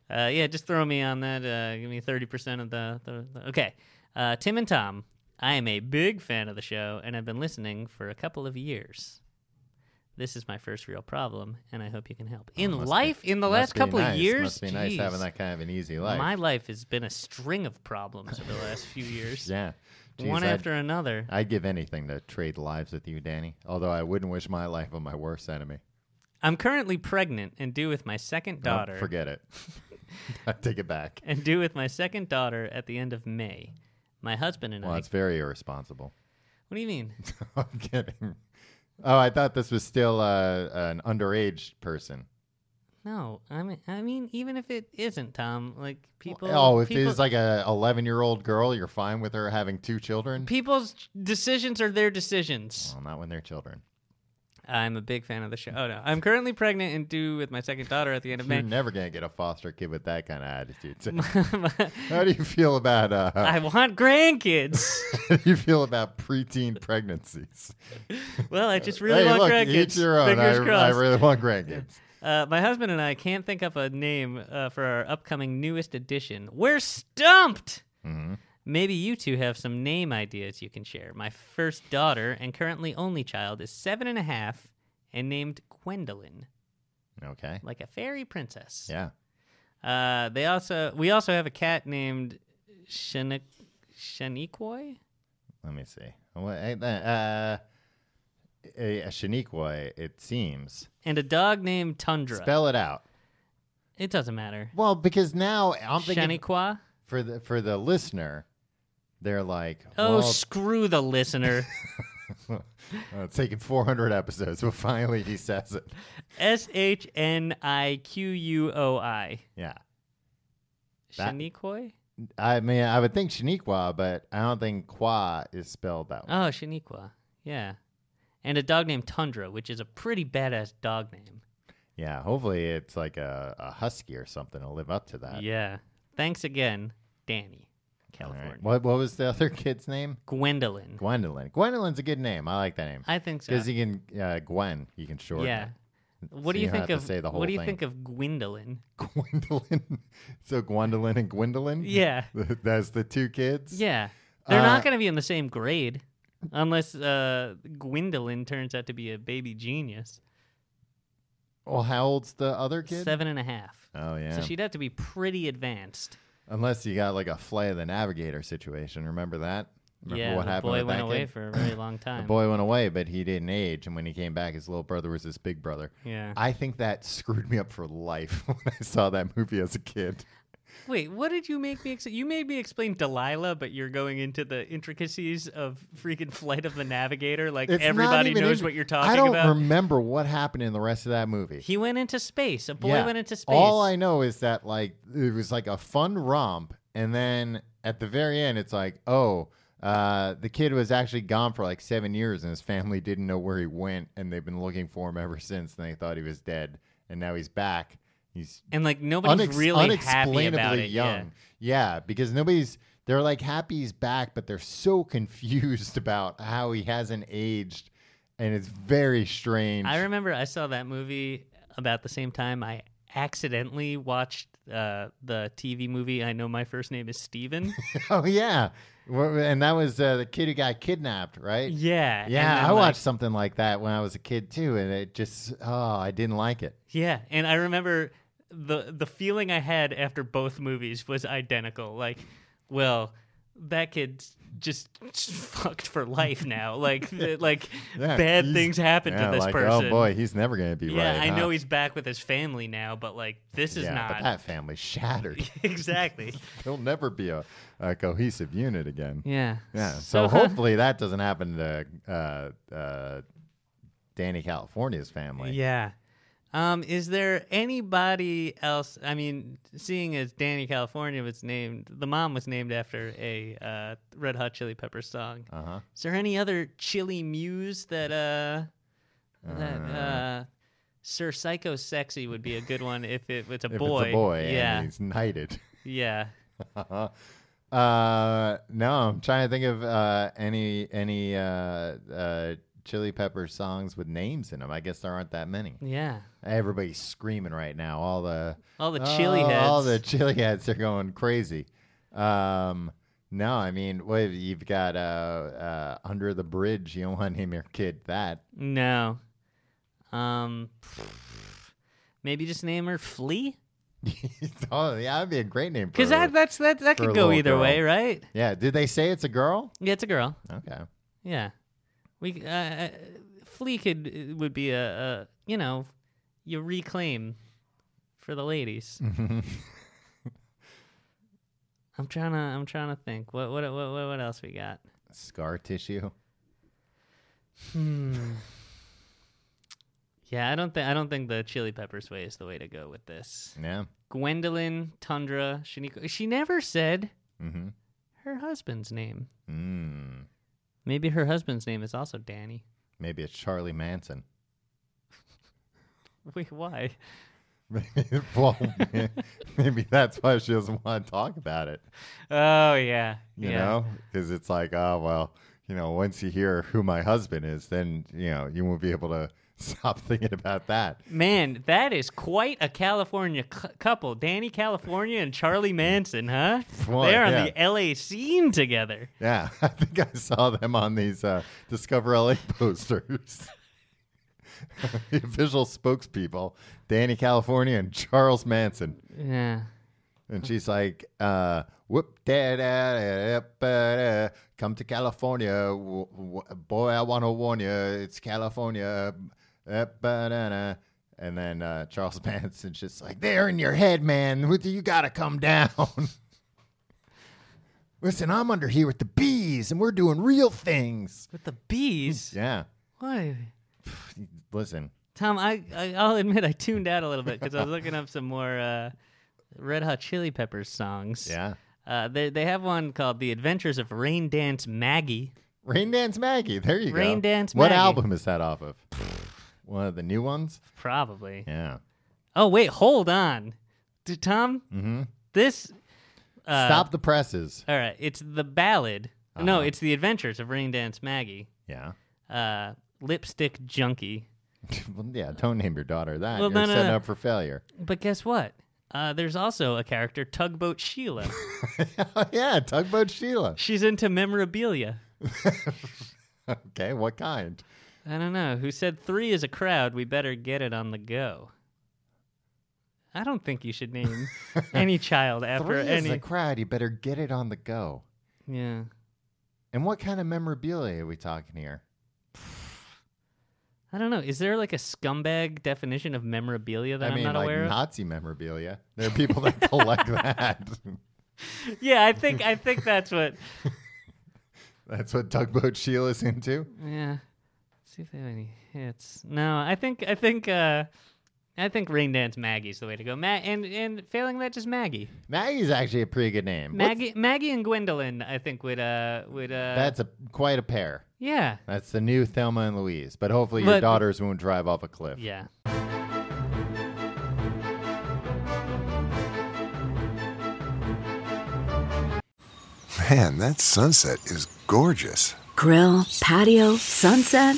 Speaker 2: Uh, yeah. Just throw me on that. Uh, give me thirty percent of the, the, the. Okay. Uh, Tim and Tom. I am a big fan of the show, and I've been listening for a couple of years. This is my first real problem, and I hope you can help. In
Speaker 1: Oh, must be-
Speaker 2: life, in the
Speaker 1: Must
Speaker 2: last
Speaker 1: be
Speaker 2: couple
Speaker 1: nice.
Speaker 2: of years,
Speaker 1: must be nice having
Speaker 2: jeez,
Speaker 1: that kind of an easy life.
Speaker 2: my life has been a string of problems over the last few years,
Speaker 1: yeah, Jeez,
Speaker 2: one
Speaker 1: I'd-
Speaker 2: after another.
Speaker 1: I'd give anything to trade lives with you, Danny. Although I wouldn't wish my life on my worst enemy.
Speaker 2: I'm currently pregnant and due with my second
Speaker 1: Nope,
Speaker 2: daughter.
Speaker 1: Oh, forget it. I take it back.
Speaker 2: and due with my second daughter at the end of May. My husband and
Speaker 1: Well,
Speaker 2: I.
Speaker 1: it's very irresponsible.
Speaker 2: What do you mean?
Speaker 1: I'm kidding. Oh, I thought this was still uh, an underage person.
Speaker 2: No, I mean, I mean, even if it isn't Tom, like people.
Speaker 1: oh, if
Speaker 2: people,
Speaker 1: it's like a 11 year old girl, you're fine with her having two children.
Speaker 2: people's decisions are their decisions.
Speaker 1: well, not when they're children.
Speaker 2: I'm a big fan of the show. Oh no, I'm currently pregnant and due with my second daughter at the end of
Speaker 1: You're
Speaker 2: May.
Speaker 1: never gonna get a foster kid with that kind of attitude. So
Speaker 2: My-
Speaker 1: how do you feel about uh,
Speaker 2: I want grandkids.
Speaker 1: how do you feel about preteen pregnancies?
Speaker 2: well, I just really
Speaker 1: hey,
Speaker 2: want
Speaker 1: look,
Speaker 2: grandkids.
Speaker 1: each your own. I,
Speaker 2: Fingers
Speaker 1: I
Speaker 2: crossed.
Speaker 1: really want grandkids.
Speaker 2: Uh, my husband and I can't think up a name uh, for our upcoming newest edition. We're stumped.
Speaker 1: Mm-hmm.
Speaker 2: Maybe you two have some name ideas you can share. My first daughter and currently only child is seven and a half and named Gwendolyn,
Speaker 1: Okay.
Speaker 2: like a fairy princess.
Speaker 1: Yeah.
Speaker 2: Uh, they also we also have a cat named Shani- Shaniqua.
Speaker 1: Let me see. Well, eh, Uh, a, a Shaniqua, it seems.
Speaker 2: and a dog named Tundra.
Speaker 1: Spell it out.
Speaker 2: it doesn't matter.
Speaker 1: Well, because now I'm thinking
Speaker 2: Shaniqua.
Speaker 1: for the for the listener, they're like,
Speaker 2: Oh,
Speaker 1: well,
Speaker 2: screw the listener.
Speaker 1: uh, it's taken 400 episodes, but finally he says it.
Speaker 2: S H N I Q U O I.
Speaker 1: Yeah. That-
Speaker 2: Shaniqua?
Speaker 1: I mean, I would think Shaniqua, but I don't think Qua is spelled that way.
Speaker 2: Oh, Shaniqua. Yeah. And a dog named Tundra, which is a pretty badass dog name.
Speaker 1: Yeah. Hopefully it's like a, a husky or something to live up to that.
Speaker 2: yeah. Thanks again, Danny,
Speaker 1: All right.
Speaker 2: California.
Speaker 1: What, what was the other kid's name?
Speaker 2: Gwendolyn.
Speaker 1: Gwendolyn. Gwendolyn's a good name. I like that name.
Speaker 2: I think so.
Speaker 1: Because you can, uh, Gwen, you can shorten
Speaker 2: yeah.
Speaker 1: it. So
Speaker 2: What do you,
Speaker 1: you don't
Speaker 2: think
Speaker 1: have
Speaker 2: of
Speaker 1: to say the whole
Speaker 2: What do you
Speaker 1: thing.
Speaker 2: think of Gwendolyn?
Speaker 1: Gwendolyn. So Gwendolyn and Gwendolyn?
Speaker 2: Yeah.
Speaker 1: That's the two kids?
Speaker 2: Yeah. They're
Speaker 1: Uh,
Speaker 2: not going to be in the same grade unless uh, Gwendolyn turns out to be a baby genius.
Speaker 1: Well, how old's the other kid?
Speaker 2: Seven and a half.
Speaker 1: Oh, yeah.
Speaker 2: So she'd have to be pretty advanced.
Speaker 1: Unless you got like a Flay of the Navigator situation. Remember that? Remember
Speaker 2: yeah,
Speaker 1: what
Speaker 2: the
Speaker 1: happened
Speaker 2: boy
Speaker 1: with
Speaker 2: went
Speaker 1: that
Speaker 2: away
Speaker 1: kid?
Speaker 2: for a very long time.
Speaker 1: The boy went away, but he didn't age. And when he came back, his little brother was his big brother.
Speaker 2: Yeah.
Speaker 1: I think that screwed me up for life when I saw that movie as a kid.
Speaker 2: Wait, what did you make me explain? You made me explain Delilah, but you're going into the intricacies of freaking Flight of the Navigator. Like
Speaker 1: It's not
Speaker 2: everybody
Speaker 1: even
Speaker 2: knows
Speaker 1: in-
Speaker 2: what you're talking
Speaker 1: I don't
Speaker 2: about.
Speaker 1: remember what happened in the rest of that movie.
Speaker 2: he went into space. A boy
Speaker 1: Yeah.
Speaker 2: went into space.
Speaker 1: All I know is that like it was like a fun romp, and then at the very end, it's like, oh, uh, the kid was actually gone for like seven years, and his family didn't know where he went, and they've been looking for him ever since, and they thought he was dead, and now he's back. He's
Speaker 2: and like nobody's
Speaker 1: unex-
Speaker 2: really happy
Speaker 1: unexplainably
Speaker 2: about it. Yeah.
Speaker 1: young. Yeah. because nobody's. They're like happy he's back, but they're so confused about how he hasn't aged, and it's very strange.
Speaker 2: I remember I saw that movie about the same time I accidentally watched uh, the TV movie I Know My First Name is Steven.
Speaker 1: Oh yeah, Wha- and that was uh, the kid who got kidnapped, right?
Speaker 2: yeah. and
Speaker 1: Yeah,
Speaker 2: then,
Speaker 1: I
Speaker 2: like-
Speaker 1: watched something like that when I was a kid too, and it just oh, I didn't like it.
Speaker 2: Yeah, and I remember the the feeling I had after both movies was identical. Like, well, that kid's just fucked for life now. Like, th- like
Speaker 1: Yeah,
Speaker 2: bad
Speaker 1: he's-
Speaker 2: things happen
Speaker 1: Yeah,
Speaker 2: to this
Speaker 1: like,
Speaker 2: person.
Speaker 1: Oh boy, he's never gonna be
Speaker 2: Yeah,
Speaker 1: right.
Speaker 2: I
Speaker 1: huh?
Speaker 2: know he's back with his family now, but like this is
Speaker 1: yeah,
Speaker 2: not
Speaker 1: But that family shattered.
Speaker 2: exactly.
Speaker 1: He'll never be a, a cohesive unit again.
Speaker 2: Yeah.
Speaker 1: Yeah. So, hopefully that doesn't happen to uh, uh, Danny California's family.
Speaker 2: Yeah. Um, is there anybody else? I mean, seeing as Danny California was named, the mom was named after a uh, Red Hot Chili Peppers song.
Speaker 1: Uh-huh.
Speaker 2: Is there any other chili muse that uh that uh Sir Psycho Sexy would be a good one if it was a
Speaker 1: If
Speaker 2: boy.
Speaker 1: it's a boy,
Speaker 2: Yeah.
Speaker 1: and he's knighted.
Speaker 2: Yeah.
Speaker 1: Uh, no, I'm trying to think of uh, any any uh, uh, Chili Pepper songs with names in them. I guess there aren't that many.
Speaker 2: Yeah.
Speaker 1: Everybody's screaming right now. All the
Speaker 2: All the chili
Speaker 1: Oh,
Speaker 2: heads.
Speaker 1: All the chili heads are going crazy. Um, no, I mean, what, you've got uh, uh, under the bridge. You don't want to name your kid that.
Speaker 2: No. Um maybe just name her Flea?
Speaker 1: oh, yeah, that'd be a great name.
Speaker 2: Cuz
Speaker 1: for-
Speaker 2: that that's that that
Speaker 1: for a
Speaker 2: could go
Speaker 1: little
Speaker 2: either way,
Speaker 1: girl.
Speaker 2: right?
Speaker 1: yeah. Did they say it's a girl?
Speaker 2: Yeah, it's a girl.
Speaker 1: Okay.
Speaker 2: Yeah. We uh, uh, Flea could uh, would be a, a you know, you reclaim for the ladies. I'm trying to I'm trying to think. What what what what, what else we got?
Speaker 1: Scar tissue.
Speaker 2: Yeah, I don't think I don't think the Chili Peppers way is the way to go with this.
Speaker 1: Yeah.
Speaker 2: Gwendolyn Tundra Shiniko. She never said
Speaker 1: Mm-hmm.
Speaker 2: her husband's name.
Speaker 1: Mm.
Speaker 2: Maybe her husband's name is also Danny.
Speaker 1: Maybe it's Charlie Manson.
Speaker 2: Wait, why?
Speaker 1: well, maybe that's why she doesn't want to talk about it.
Speaker 2: Oh yeah,
Speaker 1: you
Speaker 2: yeah.
Speaker 1: know because it's like oh well you know once you hear who my husband is then you know you won't be able to stop thinking about that
Speaker 2: Man, that is quite a California cou- couple. Danny California and Charlie Manson, huh?
Speaker 1: Boy,
Speaker 2: They're on
Speaker 1: yeah.
Speaker 2: the LA scene together.
Speaker 1: yeah i think i saw them on these uh, discover la posters the official spokespeople danny california and charles manson
Speaker 2: Yeah.
Speaker 1: and she's like uh whoop da da da da da come to california w- w- boy i want to warn you it's california Eh, ba-da-da. and then uh, charles manson's just like they're in your head man What do- you gotta come down listen i'm under here with the bees and we're doing real things
Speaker 2: With the bees.
Speaker 1: yeah
Speaker 2: Why?
Speaker 1: listen
Speaker 2: Tom, I, I I'll admit I tuned out a little bit because I was looking up some more uh, Red Hot Chili Peppers songs.
Speaker 1: yeah
Speaker 2: Uh, they they have one called "The Adventures of Rain Dance Maggie."
Speaker 1: rain dance maggie there you go
Speaker 2: Rain Dance
Speaker 1: what
Speaker 2: Maggie.
Speaker 1: album is that off of one of the new ones
Speaker 2: Probably.
Speaker 1: yeah
Speaker 2: Oh wait, hold on, D- Tom. Mm-hmm. This. Uh,
Speaker 1: stop the presses
Speaker 2: All right, it's the ballad. No,
Speaker 1: Uh-huh.
Speaker 2: it's the Adventures of Rain Dance Maggie.
Speaker 1: Yeah.
Speaker 2: Uh, lipstick junkie.
Speaker 1: Well, yeah, don't name your daughter that.
Speaker 2: Well, uh,
Speaker 1: You're
Speaker 2: no, no,
Speaker 1: setting
Speaker 2: no.
Speaker 1: up for failure.
Speaker 2: But guess what? Uh, there's also a character, Tugboat Sheila.
Speaker 1: Oh, yeah, tugboat Sheila.
Speaker 2: She's into memorabilia.
Speaker 1: Okay, what kind?
Speaker 2: I don't know. Who said three is a crowd? We better get it on the go. I don't think you should name any child after
Speaker 1: Three is
Speaker 2: any.
Speaker 1: a crowd. You better get it on the go.
Speaker 2: yeah.
Speaker 1: And what kind of memorabilia are we talking here?
Speaker 2: I don't know. Is there like a scumbag definition of memorabilia that
Speaker 1: I
Speaker 2: am
Speaker 1: mean,
Speaker 2: not
Speaker 1: like
Speaker 2: aware of?
Speaker 1: Nazi memorabilia. There are people that collect that.
Speaker 2: Yeah, I think I think that's what.
Speaker 1: That's what tugboat Sheila's into.
Speaker 2: Yeah. see if they have any hits. No, I think I think uh I think Rain Dance Maggie's the way to go. Ma- and and failing that, just Maggie.
Speaker 1: Maggie's actually a pretty good name. What's-
Speaker 2: Maggie Maggie and Gwendolyn, I think would uh would uh
Speaker 1: That's a quite a pair.
Speaker 2: yeah
Speaker 1: That's the new Thelma and Louise. But hopefully your
Speaker 2: But-
Speaker 1: daughters won't drive off a cliff.
Speaker 2: yeah.
Speaker 5: Man, that sunset is gorgeous.
Speaker 6: Grill, patio, sunset.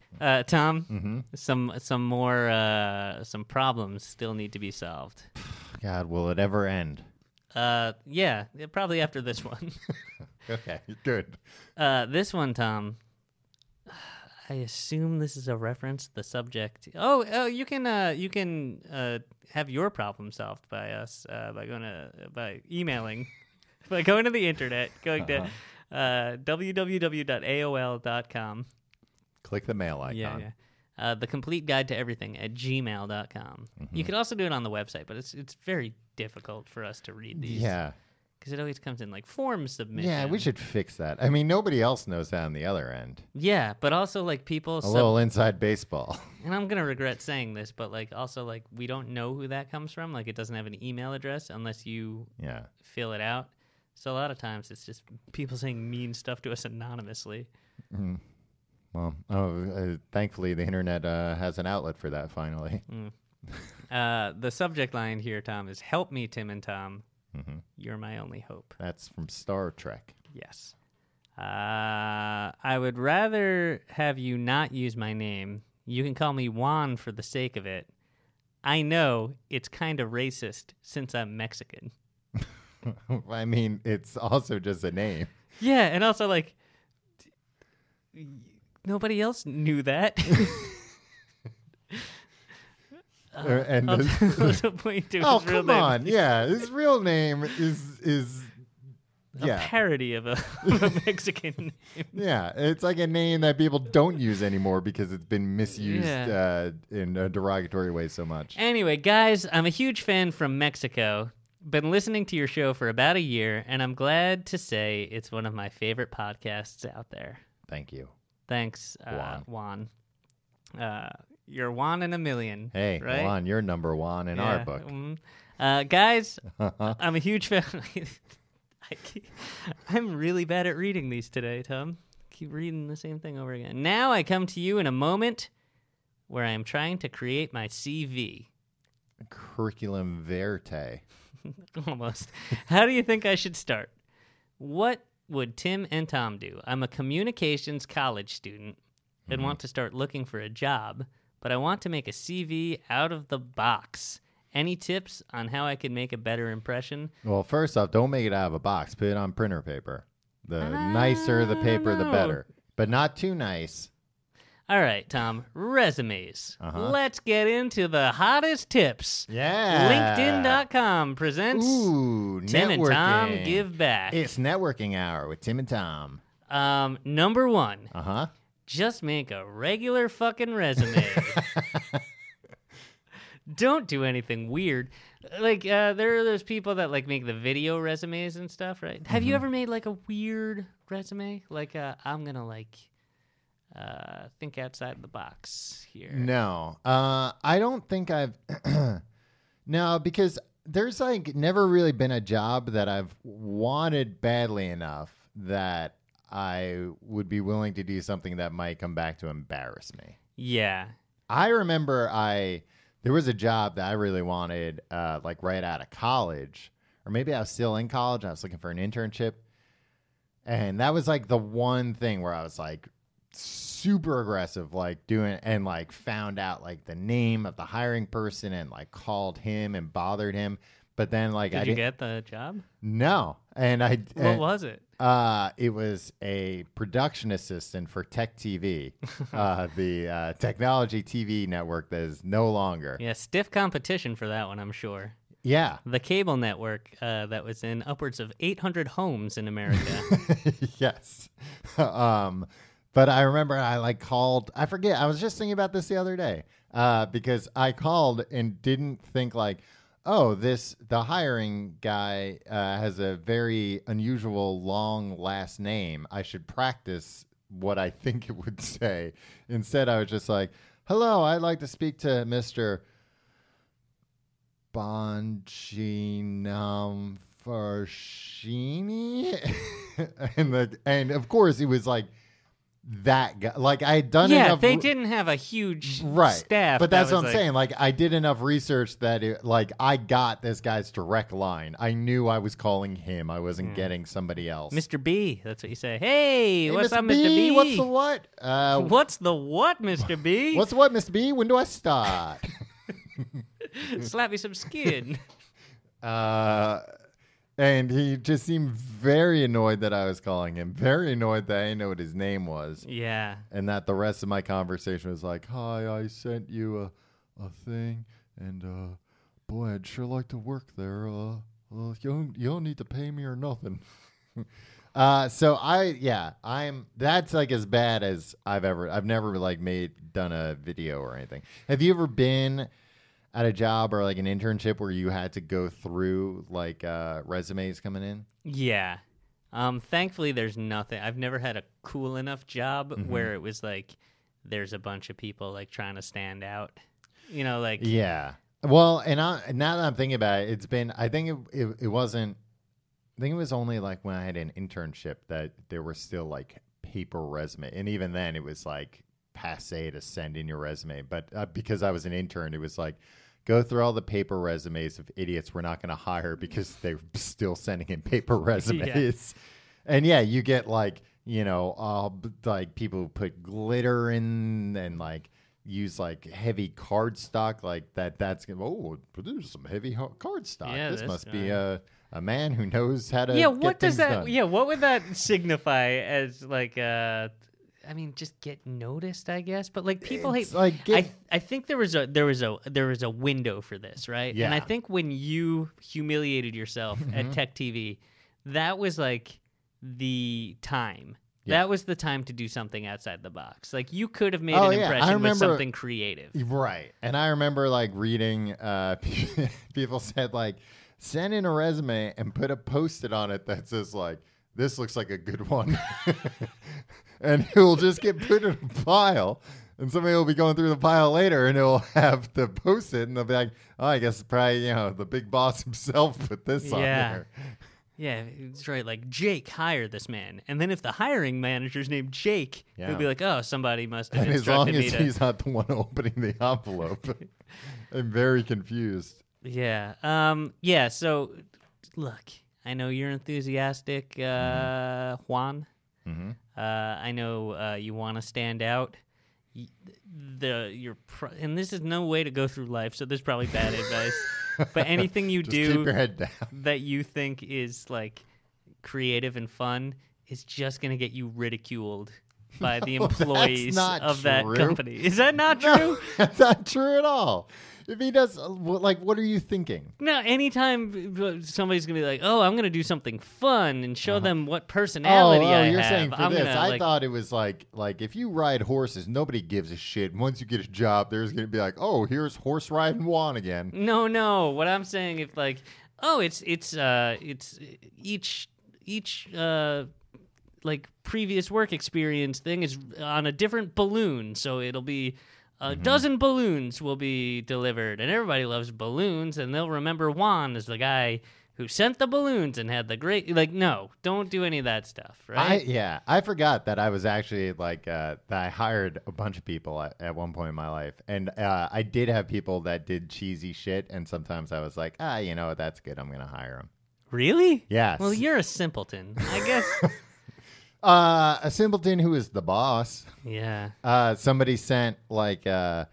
Speaker 2: Uh, Tom, some some more uh, some problems still need to be solved.
Speaker 1: God, will it ever end?
Speaker 2: Uh, yeah, probably after this one.
Speaker 1: Okay, good.
Speaker 2: Uh, this one, Tom. I assume this is a reference to the subject. Oh, oh, you can uh, you can uh, have your problem solved by us uh, by going to by emailing, by going to the internet, going
Speaker 1: Uh-huh.
Speaker 2: to uh, www.aol.com.
Speaker 1: Click the mail icon.
Speaker 2: Yeah, yeah. Uh, the complete guide to everything at gmail.com. com.
Speaker 1: Mm-hmm.
Speaker 2: You could also do it on the website, but it's it's very difficult for us to read these.
Speaker 1: Yeah.
Speaker 2: because it always comes in like form submission.
Speaker 1: Yeah, we should fix that. I mean, nobody else knows that on the other end.
Speaker 2: Yeah, but also like people.
Speaker 1: A
Speaker 2: sub-
Speaker 1: little inside baseball.
Speaker 2: and I'm gonna regret saying this, but like also like we don't know who that comes from. Like it doesn't have an email address unless you
Speaker 1: Yeah.
Speaker 2: fill it out. So a lot of times it's just people saying mean stuff to us anonymously.
Speaker 1: Well, oh, uh, thankfully the internet uh, has an outlet for that finally.
Speaker 2: Mm. Uh, the subject line here, Tom, is "Help me, Tim and Tom. You're my only hope."
Speaker 1: That's from Star Trek.
Speaker 2: Yes. Uh, I would rather have you not use my name. You can call me Juan for the sake of it. I know it's kind of racist since I'm Mexican.
Speaker 1: I mean, it's also just a name.
Speaker 2: Yeah, and also like d- nobody else knew that.
Speaker 1: Uh, and this-
Speaker 2: Also point to
Speaker 1: oh,
Speaker 2: oh. his real
Speaker 1: come
Speaker 2: name.
Speaker 1: on. Yeah, his real name is is
Speaker 2: A
Speaker 1: yeah.
Speaker 2: parody of a, of a Mexican name.
Speaker 1: Yeah, it's like a name that people don't use anymore because it's been misused
Speaker 2: Yeah.
Speaker 1: uh, in a derogatory way so much.
Speaker 2: Anyway, guys, I'm a huge fan from Mexico. been listening to your show for about a year, and I'm glad to say it's one of my favorite podcasts out there.
Speaker 1: Thank you.
Speaker 2: Thanks, uh, Juan. Uh, you're Juan in a million.
Speaker 1: Hey,
Speaker 2: right?
Speaker 1: Juan, you're number one in our
Speaker 2: Yeah,
Speaker 1: book.
Speaker 2: mhm. Uh, guys, I'm a huge fan. I keep- I'm really bad at reading these today, Tom. Keep reading the same thing over again. Now I come to you in a moment where I am trying to create my CV.
Speaker 1: Curriculum vitae.
Speaker 2: Almost. How do you think I should start? What would Tim and Tom do? I'm a communications college student and want
Speaker 1: Mm-hmm.
Speaker 2: to start looking for a job, but I want to make a CV out of the box. Any tips on how I can make a better impression?
Speaker 1: Well, first off, don't make it out of a box. Put it on printer paper. The nicer the paper, the
Speaker 2: know.
Speaker 1: better. But not too nice.
Speaker 2: All right, Tom, resumes. Let's get into the hottest tips.
Speaker 1: Uh-huh. Yeah.
Speaker 2: LinkedIn.com presents
Speaker 1: Ooh,
Speaker 2: Tim
Speaker 1: networking.
Speaker 2: and Tom Give Back.
Speaker 1: It's networking hour with Tim and Tom.
Speaker 2: Um, number one,
Speaker 1: Uh huh.
Speaker 2: just make a regular fucking resume. Don't do anything weird. Like uh, there are those people that like make the video resumes and stuff, right? Have
Speaker 1: Mm-hmm.
Speaker 2: you ever made like a weird resume? Like uh, I'm gonna like uh, think outside the box here.
Speaker 1: No, uh, I don't think I've. no, because there's like never really been a job that I've wanted badly enough that I would be willing to do something that might come back to embarrass me.
Speaker 2: Yeah.
Speaker 1: I remember I there was a job that I really wanted, uh, like right out of college, or maybe I was still in college. And I was looking for an internship, and that was like the one thing where I was like super aggressive, like doing and like found out like the name of the hiring person and like called him and bothered him. But then like I
Speaker 2: Did you
Speaker 1: didn't-
Speaker 2: get the job?
Speaker 1: no, and I
Speaker 2: What
Speaker 1: and-
Speaker 2: was it?
Speaker 1: uh, it was a production assistant for Tech TV, uh, the uh, technology TV network that is no longer. Yeah.
Speaker 2: Yeah, stiff competition for that one, I'm sure.
Speaker 1: Yeah.
Speaker 2: The cable network uh, that was in upwards of 800 homes in America.
Speaker 1: yes. um, but I remember I like called, I forget, I was just thinking about this the other day uh, because I called and didn't think like, oh, this, the hiring guy uh, has a very unusual long last name. I should practice what I think it would say. Instead, I was just like, hello, I'd like to speak to Mr. Bonginum Farshini. and the, and of course it was like that guy. Like I had done
Speaker 2: yeah,
Speaker 1: enough
Speaker 2: they
Speaker 1: re-
Speaker 2: didn't have a huge
Speaker 1: right
Speaker 2: staff.
Speaker 1: But
Speaker 2: that
Speaker 1: that's what I'm
Speaker 2: was like-
Speaker 1: saying. Like I did enough research that it, like I got this guy's direct line. I knew I was calling him. I wasn't getting somebody else.
Speaker 2: Mr. B, that's what you say. Hey,
Speaker 1: Hey,
Speaker 2: what's
Speaker 1: Mr.
Speaker 2: up, Mr. Hmm. B?
Speaker 1: What's the what? Uh,
Speaker 2: What's the what, Mr. B?
Speaker 1: what's the what, Mr. B? When do I start?
Speaker 2: Slap me some skin.
Speaker 1: Uh, and he just seemed very annoyed that I was calling him, very annoyed that I didn't know what his name was,
Speaker 2: yeah.
Speaker 1: and that the rest of my conversation was like, "Hi, I sent you a, a thing, and uh, boy, I'd sure like to work there. Uh, uh you don't, you don't need to pay me or nothing." uh, so I, yeah, I'm. That's like as bad as I've ever. I've never like made done a video or anything. Have you ever been? at a job or like an internship where you had to go through like uh, resumes coming in?
Speaker 2: Yeah. Um, thankfully, there's nothing. I've never had a cool enough job where it was like there's a bunch of people like trying to stand out. You know, like
Speaker 1: Yeah. Well, and I, now that I'm thinking about it, it's been, I think it, it, it wasn't, I think it was only like when I had an internship that there were still like paper resume. And even then it was like passe to send in your resume. But uh, because I was an intern, it was like, go through all the paper resumes of idiots we're not going to hire because they're still sending in paper resumes. And yeah, you get like, you know, uh, b- like people who put glitter in and like use like heavy cardstock like that. That's gonna, oh, but there's some heavy ho- cardstock.
Speaker 2: Yeah,
Speaker 1: this
Speaker 2: this
Speaker 1: must be
Speaker 2: guy.
Speaker 1: a, a man who knows how to.
Speaker 2: yeah
Speaker 1: get
Speaker 2: what does
Speaker 1: things
Speaker 2: that
Speaker 1: done.
Speaker 2: yeah what would that signify as like uh i mean just get noticed i guess but like people
Speaker 1: It's
Speaker 2: hate
Speaker 1: like get-
Speaker 2: i i think there was a there was a there was a window for this right and i
Speaker 1: Yeah. Mm-hmm.
Speaker 2: think when you humiliated yourself at tech tv that was like the time that was the time to do something outside the box like you could have made
Speaker 1: Oh,
Speaker 2: an
Speaker 1: yeah, I
Speaker 2: impression with
Speaker 1: remember-
Speaker 2: something creative
Speaker 1: Right. And I remember like reading uh people said like send in a resume and put a post-it on it that says like, "This looks like a good one," and it will just get put in a pile. And somebody will be going through the pile later, and it'll have the post-it, and they'll be like, "Oh, I guess probably you know the big boss himself put this on
Speaker 2: Yeah.
Speaker 1: there."
Speaker 2: Yeah, it's right. Like Jake, hire this man, and then if the hiring manager's named Jake, yeah.
Speaker 1: Yeah.
Speaker 2: will be like, "Oh, somebody must have
Speaker 1: And as long
Speaker 2: instructed me
Speaker 1: as
Speaker 2: to."
Speaker 1: he's not the one opening the envelope, I'm very confused.
Speaker 2: Yeah, um, yeah. So, look, I know you're enthusiastic, uh,
Speaker 1: Mm-hmm.
Speaker 2: Juan. Uh, I know uh, you want to stand out. Y- The you're pro- and this is no way to go through life, so this is probably bad advice. But anything you
Speaker 1: Just
Speaker 2: do,
Speaker 1: keep your head down.
Speaker 2: that you think is like creative and fun is just going to get you ridiculed by the employees
Speaker 1: not
Speaker 2: of that
Speaker 1: true.
Speaker 2: company. Is that not true?
Speaker 1: That's not true at all. If he does, uh, wh- like, what are you thinking?
Speaker 2: No, anytime b- b- somebody's going to be like, "Oh, I'm going to do something fun and show them what
Speaker 1: Uh-huh. Oh,
Speaker 2: personality
Speaker 1: oh,
Speaker 2: I
Speaker 1: you're
Speaker 2: have."
Speaker 1: saying for
Speaker 2: I'm
Speaker 1: this.
Speaker 2: gonna,
Speaker 1: I
Speaker 2: like-
Speaker 1: thought it was like, like if you ride horses, nobody gives a shit. Once you get a job, there's gonna be like, oh, here's horse riding Juan again.
Speaker 2: No, no. What I'm saying if like, oh, it's it's uh it's each each uh like previous work experience thing is on a different balloon, so it'll be a
Speaker 1: Mm-hmm.
Speaker 2: dozen balloons will be delivered and everybody loves balloons and they'll remember Juan as the guy who sent the balloons and had the great like no, don't do any of that stuff,
Speaker 1: I
Speaker 2: right?
Speaker 1: yeah, I forgot that I was actually like uh, that I hired a bunch of people at, at one point in my life, and uh, I did have people that did cheesy shit, and sometimes I was like, ah, you know what, that's good, I'm gonna hire them.
Speaker 2: really?
Speaker 1: Yes.
Speaker 2: Well, you're a simpleton. I guess
Speaker 1: Uh, a simpleton who is the boss.
Speaker 2: yeah.
Speaker 1: Uh, somebody sent like uh,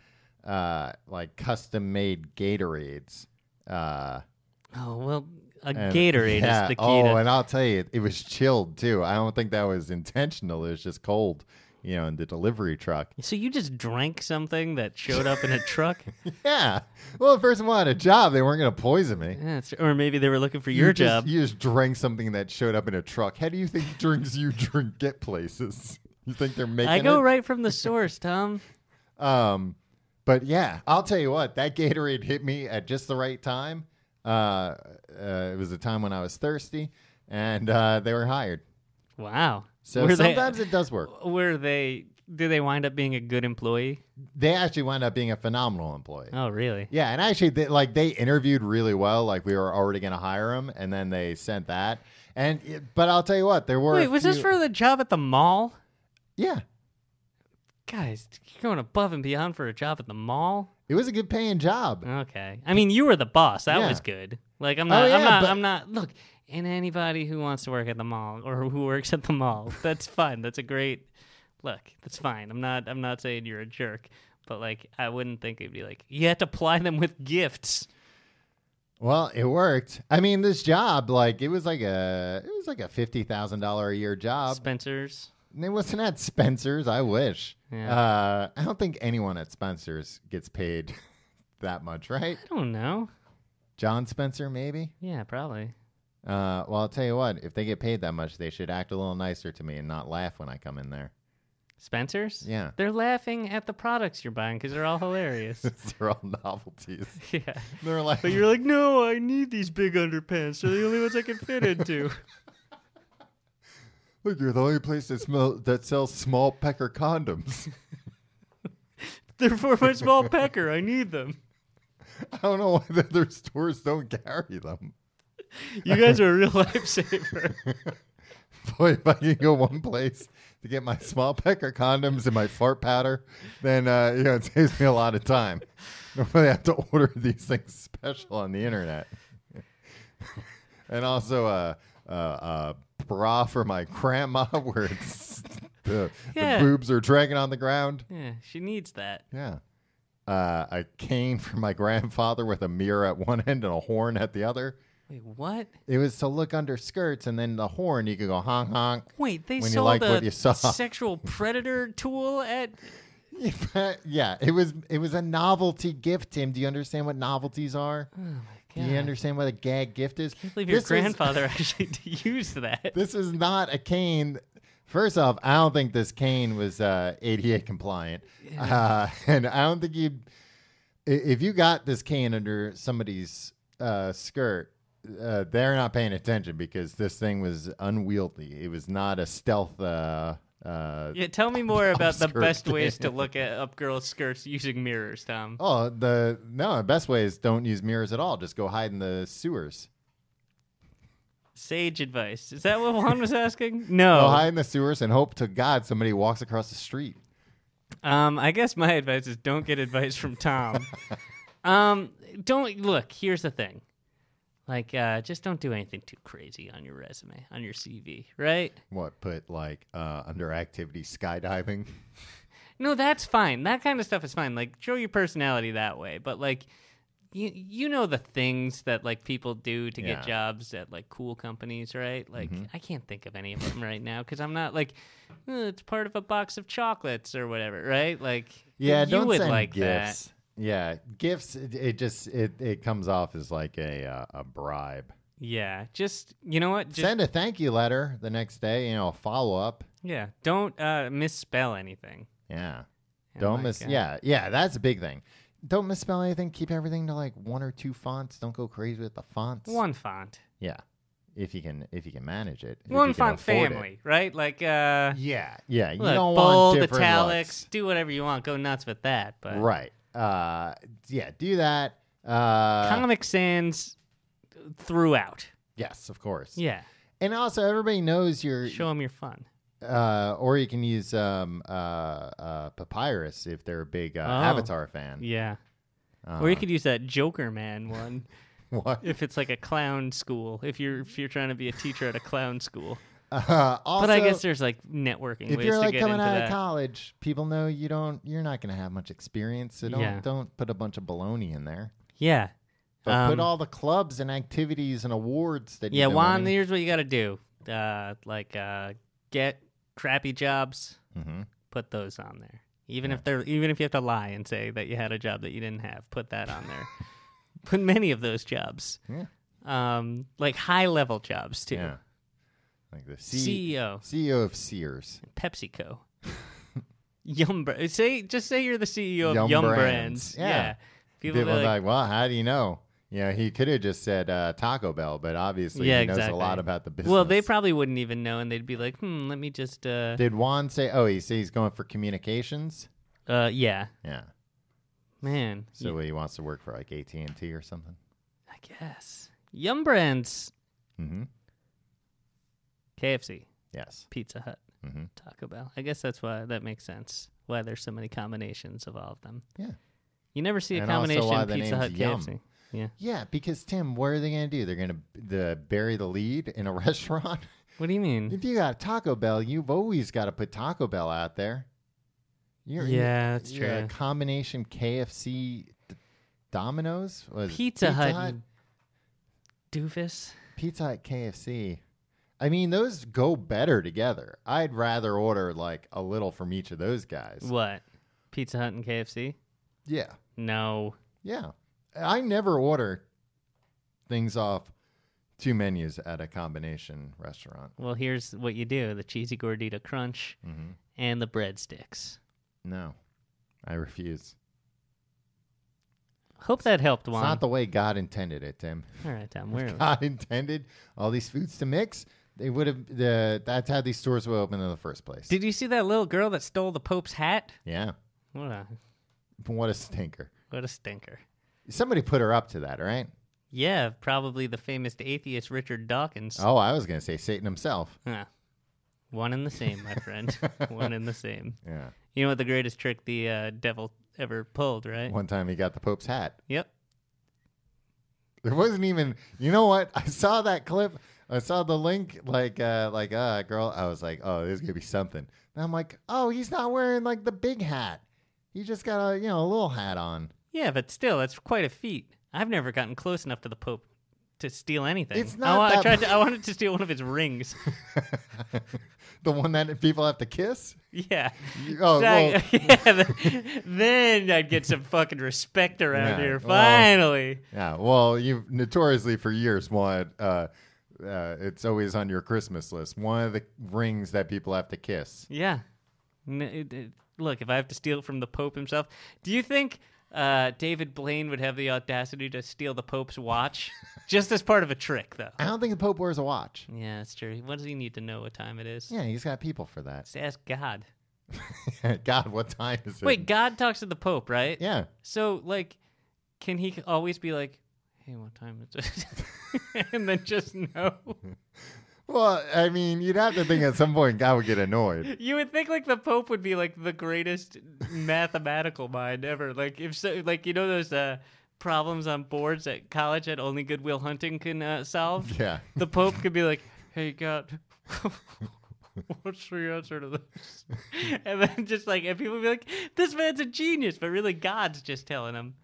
Speaker 1: uh, like custom made Gatorades. Uh,
Speaker 2: Oh, well, a
Speaker 1: and-
Speaker 2: Gatorade
Speaker 1: yeah.
Speaker 2: is the key
Speaker 1: Oh,
Speaker 2: to
Speaker 1: and I'll tell you, it was chilled too. I don't think that was intentional. It was just cold, you know, in the delivery truck.
Speaker 2: So you just drank something that showed up in a truck,
Speaker 1: Yeah. Well, the person wanted a job. They weren't going to poison me.
Speaker 2: yeah, it's- or maybe they were looking for your
Speaker 1: you just,
Speaker 2: job.
Speaker 1: You just drank something that showed up in a truck. How do you think drinks you drink get places? You think they're making
Speaker 2: I go
Speaker 1: it?
Speaker 2: right from the source, Tom.
Speaker 1: Um, but yeah, I'll tell you what, that Gatorade hit me at just the right time. Uh, uh, it was a time when I was thirsty, and uh, they were hired.
Speaker 2: Wow.
Speaker 1: So
Speaker 2: Were they-
Speaker 1: sometimes it does work.
Speaker 2: were they? Do they wind up being a good employee?
Speaker 1: They actually wound up being a phenomenal employee.
Speaker 2: Oh, really?
Speaker 1: Yeah, and actually, they, like they interviewed really well. Like we were already going to hire him, and then they sent that. And it- but I'll tell you what, there were.
Speaker 2: Wait,
Speaker 1: a
Speaker 2: was this
Speaker 1: few-
Speaker 2: for the job at the mall?
Speaker 1: Yeah,
Speaker 2: Guys, you're going above and beyond for a job at the mall.
Speaker 1: it was a good paying job.
Speaker 2: Okay. I mean, you were the boss. That
Speaker 1: Yeah.
Speaker 2: was good. Like I'm
Speaker 1: Oh,
Speaker 2: not.
Speaker 1: yeah,
Speaker 2: I'm not.
Speaker 1: but-
Speaker 2: I'm not. Look, and anybody who wants to work at the mall or who works at the mall, that's fine. That's a great. Look, that's fine. I'm not. I'm not saying you're a jerk, but like I wouldn't think it'd be like you had to ply them with gifts.
Speaker 1: Well, it worked. I mean, this job, like it was like a it was like a fifty thousand dollar a year job.
Speaker 2: Spencer's.
Speaker 1: And It wasn't at Spencer's. I wish.
Speaker 2: Yeah.
Speaker 1: Uh, I don't think anyone at Spencer's gets paid that much, right?
Speaker 2: I don't know.
Speaker 1: John Spencer, maybe.
Speaker 2: Yeah, probably.
Speaker 1: Uh, well, I'll tell you what. If they get paid that much, they should act a little nicer to me and not laugh when I come in there.
Speaker 2: Spencer's.
Speaker 1: Yeah.
Speaker 2: They're laughing at the products you're buying because they're all hilarious.
Speaker 1: They're all novelties.
Speaker 2: yeah.
Speaker 1: They're like,
Speaker 2: But you're like, no, I need these big underpants. They're the only ones I can fit into.
Speaker 1: look, you're the only place that smell that sells small pecker condoms.
Speaker 2: They're for my small pecker. I need them.
Speaker 1: I don't know why the other stores don't carry them.
Speaker 2: You guys are a real lifesaver.
Speaker 1: Boy, if I can go one place to get my small pecker condoms and my fart powder, then uh, you know it saves me a lot of time. Normally, I have to order these things special on the internet, and also a uh, uh, uh, bra for my grandma, where it's the,
Speaker 2: Yeah.
Speaker 1: the boobs are dragging on the ground.
Speaker 2: Yeah, she needs that.
Speaker 1: Yeah. Uh, a cane for my grandfather with a mirror at one end and a horn at the other.
Speaker 2: Wait, what?
Speaker 1: It was to look under skirts, and then the horn you could go honk honk.
Speaker 2: Wait, they
Speaker 1: When you
Speaker 2: sold
Speaker 1: like
Speaker 2: a
Speaker 1: what you saw.
Speaker 2: sexual predator tool at.
Speaker 1: yeah, it was it was a novelty gift, Tim. Do you understand what novelties are? Do you
Speaker 2: Oh, God.
Speaker 1: understand what a gag gift is?
Speaker 2: I believe your
Speaker 1: This was-
Speaker 2: grandfather actually used that.
Speaker 1: this is not a cane. First off, I don't think this cane was uh, ADA compliant, uh, and I don't think you. i- If you got this cane under somebody's uh, skirt, uh, they're not paying attention because this thing was unwieldy. It was not a stealth. Uh, uh,
Speaker 2: Yeah, tell me more about the
Speaker 1: Upskirt
Speaker 2: best ways to
Speaker 1: thing.
Speaker 2: look at up girls' skirts using mirrors, Tom.
Speaker 1: Oh, the no. The best way is don't use mirrors at all. Just go hide in the sewers.
Speaker 2: Sage advice. Is that what Juan was asking? No.
Speaker 1: Go hide in the sewers and hope to God somebody walks across the street.
Speaker 2: Um, I guess my advice is don't get advice from Tom. um, don't look. Here's the thing. Like, uh, just don't do anything too crazy on your resume, on your CV, right?
Speaker 1: What put like uh, under activity skydiving?
Speaker 2: No, that's fine. That kind of stuff is fine. Like, show your personality that way. But like, you you know the things that like people do to
Speaker 1: Yeah. Mm-hmm.
Speaker 2: get jobs at like cool companies, right? Like, I can't think of any of them right now because I'm not like "Uh, it's part of a box of chocolates or whatever, right? Like,
Speaker 1: Yeah,
Speaker 2: you
Speaker 1: don't
Speaker 2: would
Speaker 1: send
Speaker 2: like that.
Speaker 1: gifts. Yeah, gifts. It, it just it, it comes off as like a uh, a bribe.
Speaker 2: Yeah, just you know what? Just,
Speaker 1: Send a thank you letter the next day. You know, a follow up.
Speaker 2: yeah, don't uh, misspell anything.
Speaker 1: Yeah.
Speaker 2: And,
Speaker 1: Don't
Speaker 2: like,
Speaker 1: miss.
Speaker 2: uh,
Speaker 1: Yeah, yeah, that's a big thing. Don't misspell anything. Keep everything to like one or two fonts. Don't go crazy with the fonts.
Speaker 2: One font,
Speaker 1: Yeah, if you can, if you can manage it. if
Speaker 2: one
Speaker 1: you can
Speaker 2: font
Speaker 1: afford it.
Speaker 2: family, right? Like, uh,
Speaker 1: Yeah, yeah. You
Speaker 2: look,
Speaker 1: don't
Speaker 2: bold,
Speaker 1: want different
Speaker 2: italics,
Speaker 1: looks.
Speaker 2: do whatever you want, go nuts with that. But
Speaker 1: Right. Uh, yeah. Do that. Uh,
Speaker 2: Comic Sans throughout.
Speaker 1: yes, of course.
Speaker 2: Yeah,
Speaker 1: And also, everybody knows your.
Speaker 2: show them your fun.
Speaker 1: Uh, or you can use um uh, uh papyrus if they're a big uh,
Speaker 2: Oh.
Speaker 1: Avatar fan.
Speaker 2: Yeah,
Speaker 1: Uh,
Speaker 2: or you could use that Joker Man one
Speaker 1: What?
Speaker 2: if it's like a clown school. If you're if you're trying to be a teacher at a clown school,
Speaker 1: Uh, also,
Speaker 2: but I guess there's like networking
Speaker 1: if
Speaker 2: ways
Speaker 1: you're
Speaker 2: to
Speaker 1: like
Speaker 2: get
Speaker 1: coming
Speaker 2: into
Speaker 1: out
Speaker 2: that.
Speaker 1: of college, people know you don't. You're not going to have much experience, so don't
Speaker 2: Yeah.
Speaker 1: don't put a bunch of baloney in there.
Speaker 2: yeah,
Speaker 1: But put
Speaker 2: Um,
Speaker 1: all the clubs and activities and awards that.
Speaker 2: Yeah,
Speaker 1: you've been
Speaker 2: Juan,
Speaker 1: winning.
Speaker 2: here's what you got to do. Uh, like, uh, get crappy jobs,
Speaker 1: Mhm.
Speaker 2: put those on there. Even if they're, even if you have to lie and say that you had a job that you didn't have, put that on there. put many of those jobs,
Speaker 1: Yeah.
Speaker 2: um, like high level jobs too.
Speaker 1: Yeah. Like the C-
Speaker 2: CEO.
Speaker 1: CEO of Sears.
Speaker 2: PepsiCo, Yum. Bra- Say, just say you're the CEO of
Speaker 1: Yum
Speaker 2: Yum,
Speaker 1: Brands.
Speaker 2: Brands.
Speaker 1: Yeah.
Speaker 2: People,
Speaker 1: People
Speaker 2: be
Speaker 1: are
Speaker 2: like,
Speaker 1: like, well, how do you know? You know, he could have just said uh, Taco Bell, but obviously
Speaker 2: yeah,
Speaker 1: he knows
Speaker 2: exactly.
Speaker 1: a lot about the business.
Speaker 2: Well, they probably wouldn't even know, and they'd be like, hmm, let me just, uh,
Speaker 1: did Juan say? Oh, he says he's going for communications.
Speaker 2: uh yeah,
Speaker 1: Yeah.
Speaker 2: man.
Speaker 1: So he wants to work for like AT and T or something.
Speaker 2: I guess. Yum Brands,
Speaker 1: Mm-hmm.
Speaker 2: KFC,
Speaker 1: Yes.
Speaker 2: Pizza Hut,
Speaker 1: Mhm.
Speaker 2: Taco Bell. I guess that's why that makes sense. Why there's so many combinations of all of them.
Speaker 1: Yeah.
Speaker 2: You never see a
Speaker 1: And also
Speaker 2: combination
Speaker 1: why the
Speaker 2: Pizza Hut,
Speaker 1: name's Yum.
Speaker 2: KFC. Yeah.
Speaker 1: Yeah, because Tim, what are they going to do? They're going to the bury the lead in a restaurant.
Speaker 2: What do you mean?
Speaker 1: if you got Taco Bell, you've always got to put Taco Bell out there. You're,
Speaker 2: Yeah, that's
Speaker 1: you're a
Speaker 2: true.
Speaker 1: combination KFC, D- Domino's, was it
Speaker 2: Pizza, Hut, you doofus.
Speaker 1: Pizza Hut, KFC. I mean, those go better together. I'd rather order like a little from each of those guys.
Speaker 2: What? Pizza Hut and KFC?
Speaker 1: yeah,
Speaker 2: No.
Speaker 1: yeah. I never order things off two menus at a combination restaurant.
Speaker 2: Well, here's what you do: the cheesy gordita crunch
Speaker 1: Mm-hmm.
Speaker 2: and the breadsticks.
Speaker 1: No, I refuse.
Speaker 2: Hope that helped, Juan.
Speaker 1: It's not the way God intended it, Tim.
Speaker 2: All right, Tom. Where?
Speaker 1: God intended all these foods to mix. They would have. The that's how these stores were opened in the first place.
Speaker 2: Did you see that little girl that stole the Pope's hat?
Speaker 1: yeah.
Speaker 2: What a
Speaker 1: What a stinker.
Speaker 2: what a stinker.
Speaker 1: Somebody put her up to that, right?
Speaker 2: Yeah, probably the famous atheist Richard Dawkins.
Speaker 1: Oh, I was gonna say Satan himself.
Speaker 2: Huh. One and the same, my friend. One and the same.
Speaker 1: Yeah.
Speaker 2: You know what the greatest trick the uh, devil ever pulled, right?
Speaker 1: One time he got the Pope's hat.
Speaker 2: Yep.
Speaker 1: There wasn't even. You know what? I saw that clip. I saw the link. Like, uh, like, uh, girl. I was like, oh, there's gonna be something. And I'm like, oh, he's not wearing like the big hat. He just got a you know a little hat on.
Speaker 2: Yeah, but still, that's quite a feat. I've never gotten close enough to the Pope to steal anything.
Speaker 1: It's
Speaker 2: I
Speaker 1: not
Speaker 2: wa- I,
Speaker 1: that
Speaker 2: tried to,
Speaker 1: much.
Speaker 2: I wanted to steal one of his rings.
Speaker 1: the one that people have to kiss.
Speaker 2: yeah.
Speaker 1: Oh, well,
Speaker 2: Exact- yeah, th- then I'd get some fucking respect around
Speaker 1: Yeah,
Speaker 2: here.
Speaker 1: well-
Speaker 2: Finally.
Speaker 1: Yeah, well, you've notoriously for years wanted. Uh, uh, it's always on your Christmas list. One of the rings that people have to kiss.
Speaker 2: Yeah. N- it- it- look, if I have to steal it from the Pope himself, do you think uh, David Blaine would have the audacity to steal the Pope's watch, just as part of a trick, though.
Speaker 1: I don't think the Pope wears a watch.
Speaker 2: Yeah, that's true. What does he need to know what time it is?
Speaker 1: Yeah, he's got people for that.
Speaker 2: Just ask God.
Speaker 1: God, what time is it?
Speaker 2: Wait, God talks to the Pope, right?
Speaker 1: Yeah.
Speaker 2: So, like, can he always be like, "Hey, what time is it?" and then just know?
Speaker 1: Well, I mean, you'd have to think at some point God would get annoyed.
Speaker 2: You would think like the Pope would be like the greatest mathematical mind ever. Like if so, like you know those uh, problems on boards at college that only Goodwill Hunting can uh, solve.
Speaker 1: Yeah.
Speaker 2: the Pope could be like, "Hey God, what's the answer to this?" and then just like, and people would be like, "This man's a genius," but really God's just telling him.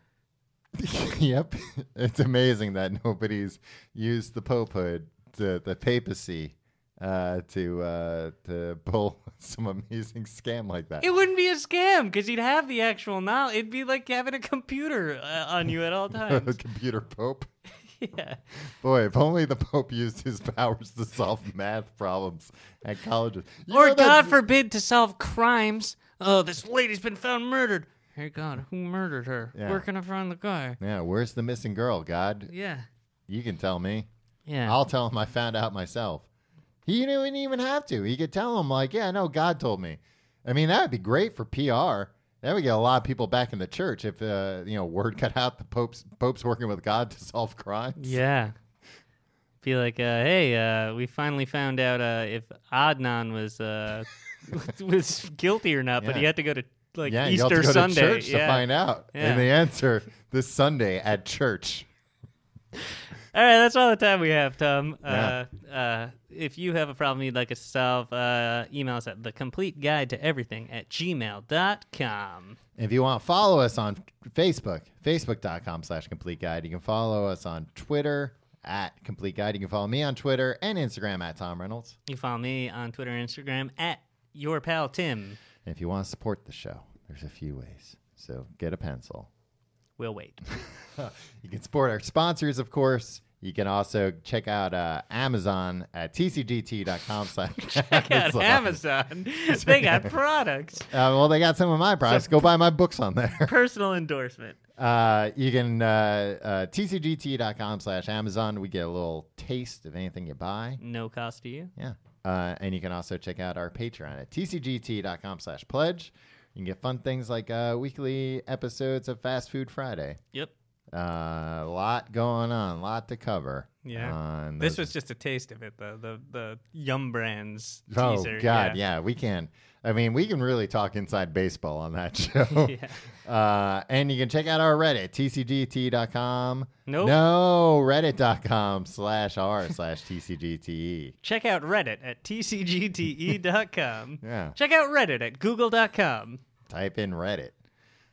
Speaker 1: yep. It's amazing that nobody's used the popehood, the the papacy, uh, to uh, to pull some amazing scam like that.
Speaker 2: It wouldn't be a scam because he'd have the actual knowledge. It'd be like having a computer uh, on you at all
Speaker 1: The
Speaker 2: times.
Speaker 1: computer pope.
Speaker 2: yeah.
Speaker 1: Boy, if only the pope used his powers to solve math problems at colleges. You
Speaker 2: Or
Speaker 1: know
Speaker 2: God
Speaker 1: that's-
Speaker 2: forbid to solve crimes. Oh, this lady's been found murdered. Hey God, who murdered her?
Speaker 1: Yeah.
Speaker 2: Where can I find the guy?
Speaker 1: Yeah, where's the missing girl, God?
Speaker 2: Yeah.
Speaker 1: You can tell me.
Speaker 2: Yeah.
Speaker 1: I'll tell him I found out myself. He didn't even have to. He could tell him, like, yeah, no, God told me. I mean, that would be great for PR. That would get a lot of people back in the church if, uh, you know, word got out the Pope's Pope's working with God to solve crimes.
Speaker 2: yeah. Be like, uh, hey, uh, we finally found out uh, if Adnan was uh, was guilty or not, but
Speaker 1: Yeah.
Speaker 2: he had to go to like
Speaker 1: yeah, you have
Speaker 2: Easter
Speaker 1: to go
Speaker 2: Sunday.
Speaker 1: to church
Speaker 2: yeah.
Speaker 1: to find out.
Speaker 2: Yeah.
Speaker 1: And the answer this Sunday at church.
Speaker 2: All right, that's all the time we have, Tom.
Speaker 1: Yeah.
Speaker 2: Uh, uh, if you have a problem you'd like us to solve, uh, email us at the complete guide to everything at gmail.com.
Speaker 1: If you want, follow us on Facebook, facebook.com slash complete guide. You can follow us on Twitter at complete guide. You can follow me on Twitter and Instagram at Tom Reynolds.
Speaker 2: You follow me on Twitter and Instagram at your pal Tim.
Speaker 1: And if you want to support the show, there's a few ways. So get a pencil.
Speaker 2: We'll wait.
Speaker 1: You can support our sponsors, of course. You can also check out uh, Amazon at tcgt.com. check
Speaker 2: Got Amazon. they got products.
Speaker 1: Uh, well, they got some of my products. Go buy my books on there.
Speaker 2: Personal endorsement.
Speaker 1: Uh, you can uh, uh, tcgt.com slash Amazon. We get a little taste of anything you buy.
Speaker 2: No cost to you.
Speaker 1: Yeah. Uh, and you can also check out our Patreon at tcgt.com slash pledge. You can get fun things like uh, weekly episodes of Fast Food Friday.
Speaker 2: Yep.
Speaker 1: Uh, a lot going on, a lot to cover.
Speaker 2: Yeah.
Speaker 1: on
Speaker 2: This
Speaker 1: those-
Speaker 2: was just a taste of it, though. The the Yum Brands
Speaker 1: oh
Speaker 2: teaser.
Speaker 1: god, yeah. we can. I mean, we can really talk inside baseball on that show. uh, and you can check out our Reddit, tcgt.com.
Speaker 2: Nope.
Speaker 1: No, reddit.com slash r slash tcgte.
Speaker 2: Check out Reddit at tcgte.com.
Speaker 1: Yeah.
Speaker 2: E Check out Reddit at google.com.
Speaker 1: Type in Reddit.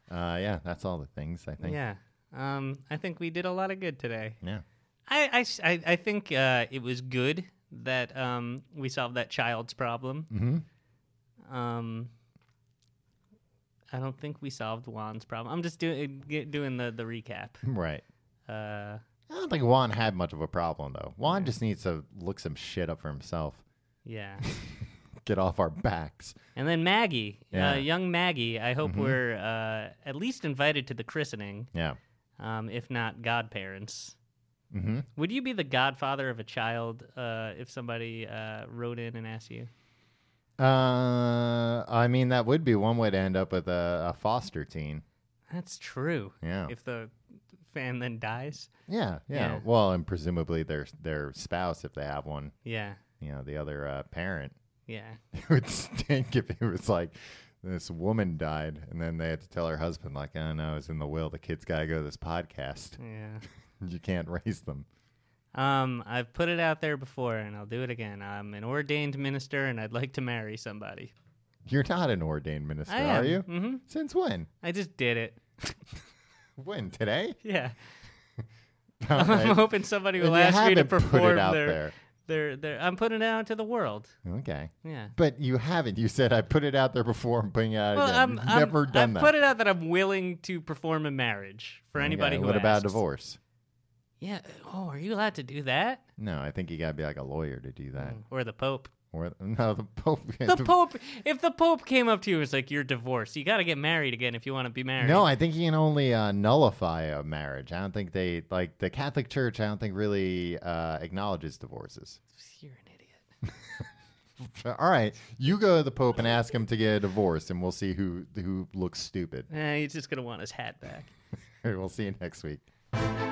Speaker 1: Uh, yeah, that's all the things I think.
Speaker 2: Yeah. Um, I think we did a lot of good today.
Speaker 1: Yeah.
Speaker 2: I, I s- I- I think uh, it was good that um, we solved that child's problem.
Speaker 1: Mm-hmm.
Speaker 2: Um, I don't think we solved Juan's problem. I'm just doing get- doing the, the recap.
Speaker 1: Right.
Speaker 2: Uh,
Speaker 1: I don't think Juan had much of a problem though. Juan just needs to look some shit up for himself.
Speaker 2: yeah.
Speaker 1: Get off our backs.
Speaker 2: And then Maggie,
Speaker 1: Yeah. Mm-hmm.
Speaker 2: uh, young Maggie, I hope we're uh, at least invited to the christening,
Speaker 1: Yeah.
Speaker 2: um, if not godparents.
Speaker 1: Mm-hmm.
Speaker 2: Would you be the godfather of a child uh, if somebody uh, wrote in and asked you?
Speaker 1: Uh, I mean, that would be one way to end up with a, a foster teen.
Speaker 2: That's true.
Speaker 1: Yeah.
Speaker 2: If the fan then dies.
Speaker 1: yeah, yeah,
Speaker 2: Yeah.
Speaker 1: Well, and presumably their their spouse, if they have one,
Speaker 2: Yeah.
Speaker 1: you know, the other uh, parent.
Speaker 2: Yeah.
Speaker 1: It would stink if it was like this woman died, and then they had to tell her husband, like, "Oh no, it's in the will. The kids gotta go to this podcast.
Speaker 2: Yeah.
Speaker 1: You can't raise them."
Speaker 2: Um, I've put it out there before and I'll do it again. I'm an ordained minister and I'd like to marry somebody.
Speaker 1: You're not an ordained minister,
Speaker 2: I
Speaker 1: are
Speaker 2: am.
Speaker 1: you?
Speaker 2: Mhm.
Speaker 1: Since when?
Speaker 2: I just did it.
Speaker 1: When today?
Speaker 2: Yeah.
Speaker 1: All right.
Speaker 2: I'm hoping somebody
Speaker 1: And
Speaker 2: will
Speaker 1: you
Speaker 2: ask me to
Speaker 1: haven't put it
Speaker 2: perform
Speaker 1: out
Speaker 2: their,
Speaker 1: there.
Speaker 2: their their I'm putting it out to the world.
Speaker 1: Okay.
Speaker 2: Yeah.
Speaker 1: But you haven't. You said I put it out there before. I'm putting it out
Speaker 2: Well,
Speaker 1: again.
Speaker 2: I'm,
Speaker 1: You've
Speaker 2: I'm,
Speaker 1: never done
Speaker 2: I've
Speaker 1: that.
Speaker 2: put it out that I'm willing to perform a marriage for anybody
Speaker 1: Okay,
Speaker 2: who
Speaker 1: What about
Speaker 2: asks.
Speaker 1: divorce?
Speaker 2: Yeah. Oh, are you allowed to do that?
Speaker 1: No, I think you gotta be like a lawyer to do that.
Speaker 2: Or the Pope.
Speaker 1: Or no, the Pope.
Speaker 2: Mm. The Pope, if the Pope came up to you and was like, "You're divorced. You got to get married again if you want to be married."
Speaker 1: No, I think he can only uh, nullify a marriage. I don't think they like the Catholic Church. I don't think really uh, acknowledges divorces.
Speaker 2: you're an idiot.
Speaker 1: All right, you go to the Pope and ask him to get a divorce, and we'll see who who looks stupid.
Speaker 2: Eh, he's just gonna want his hat back.
Speaker 1: we'll see you next week.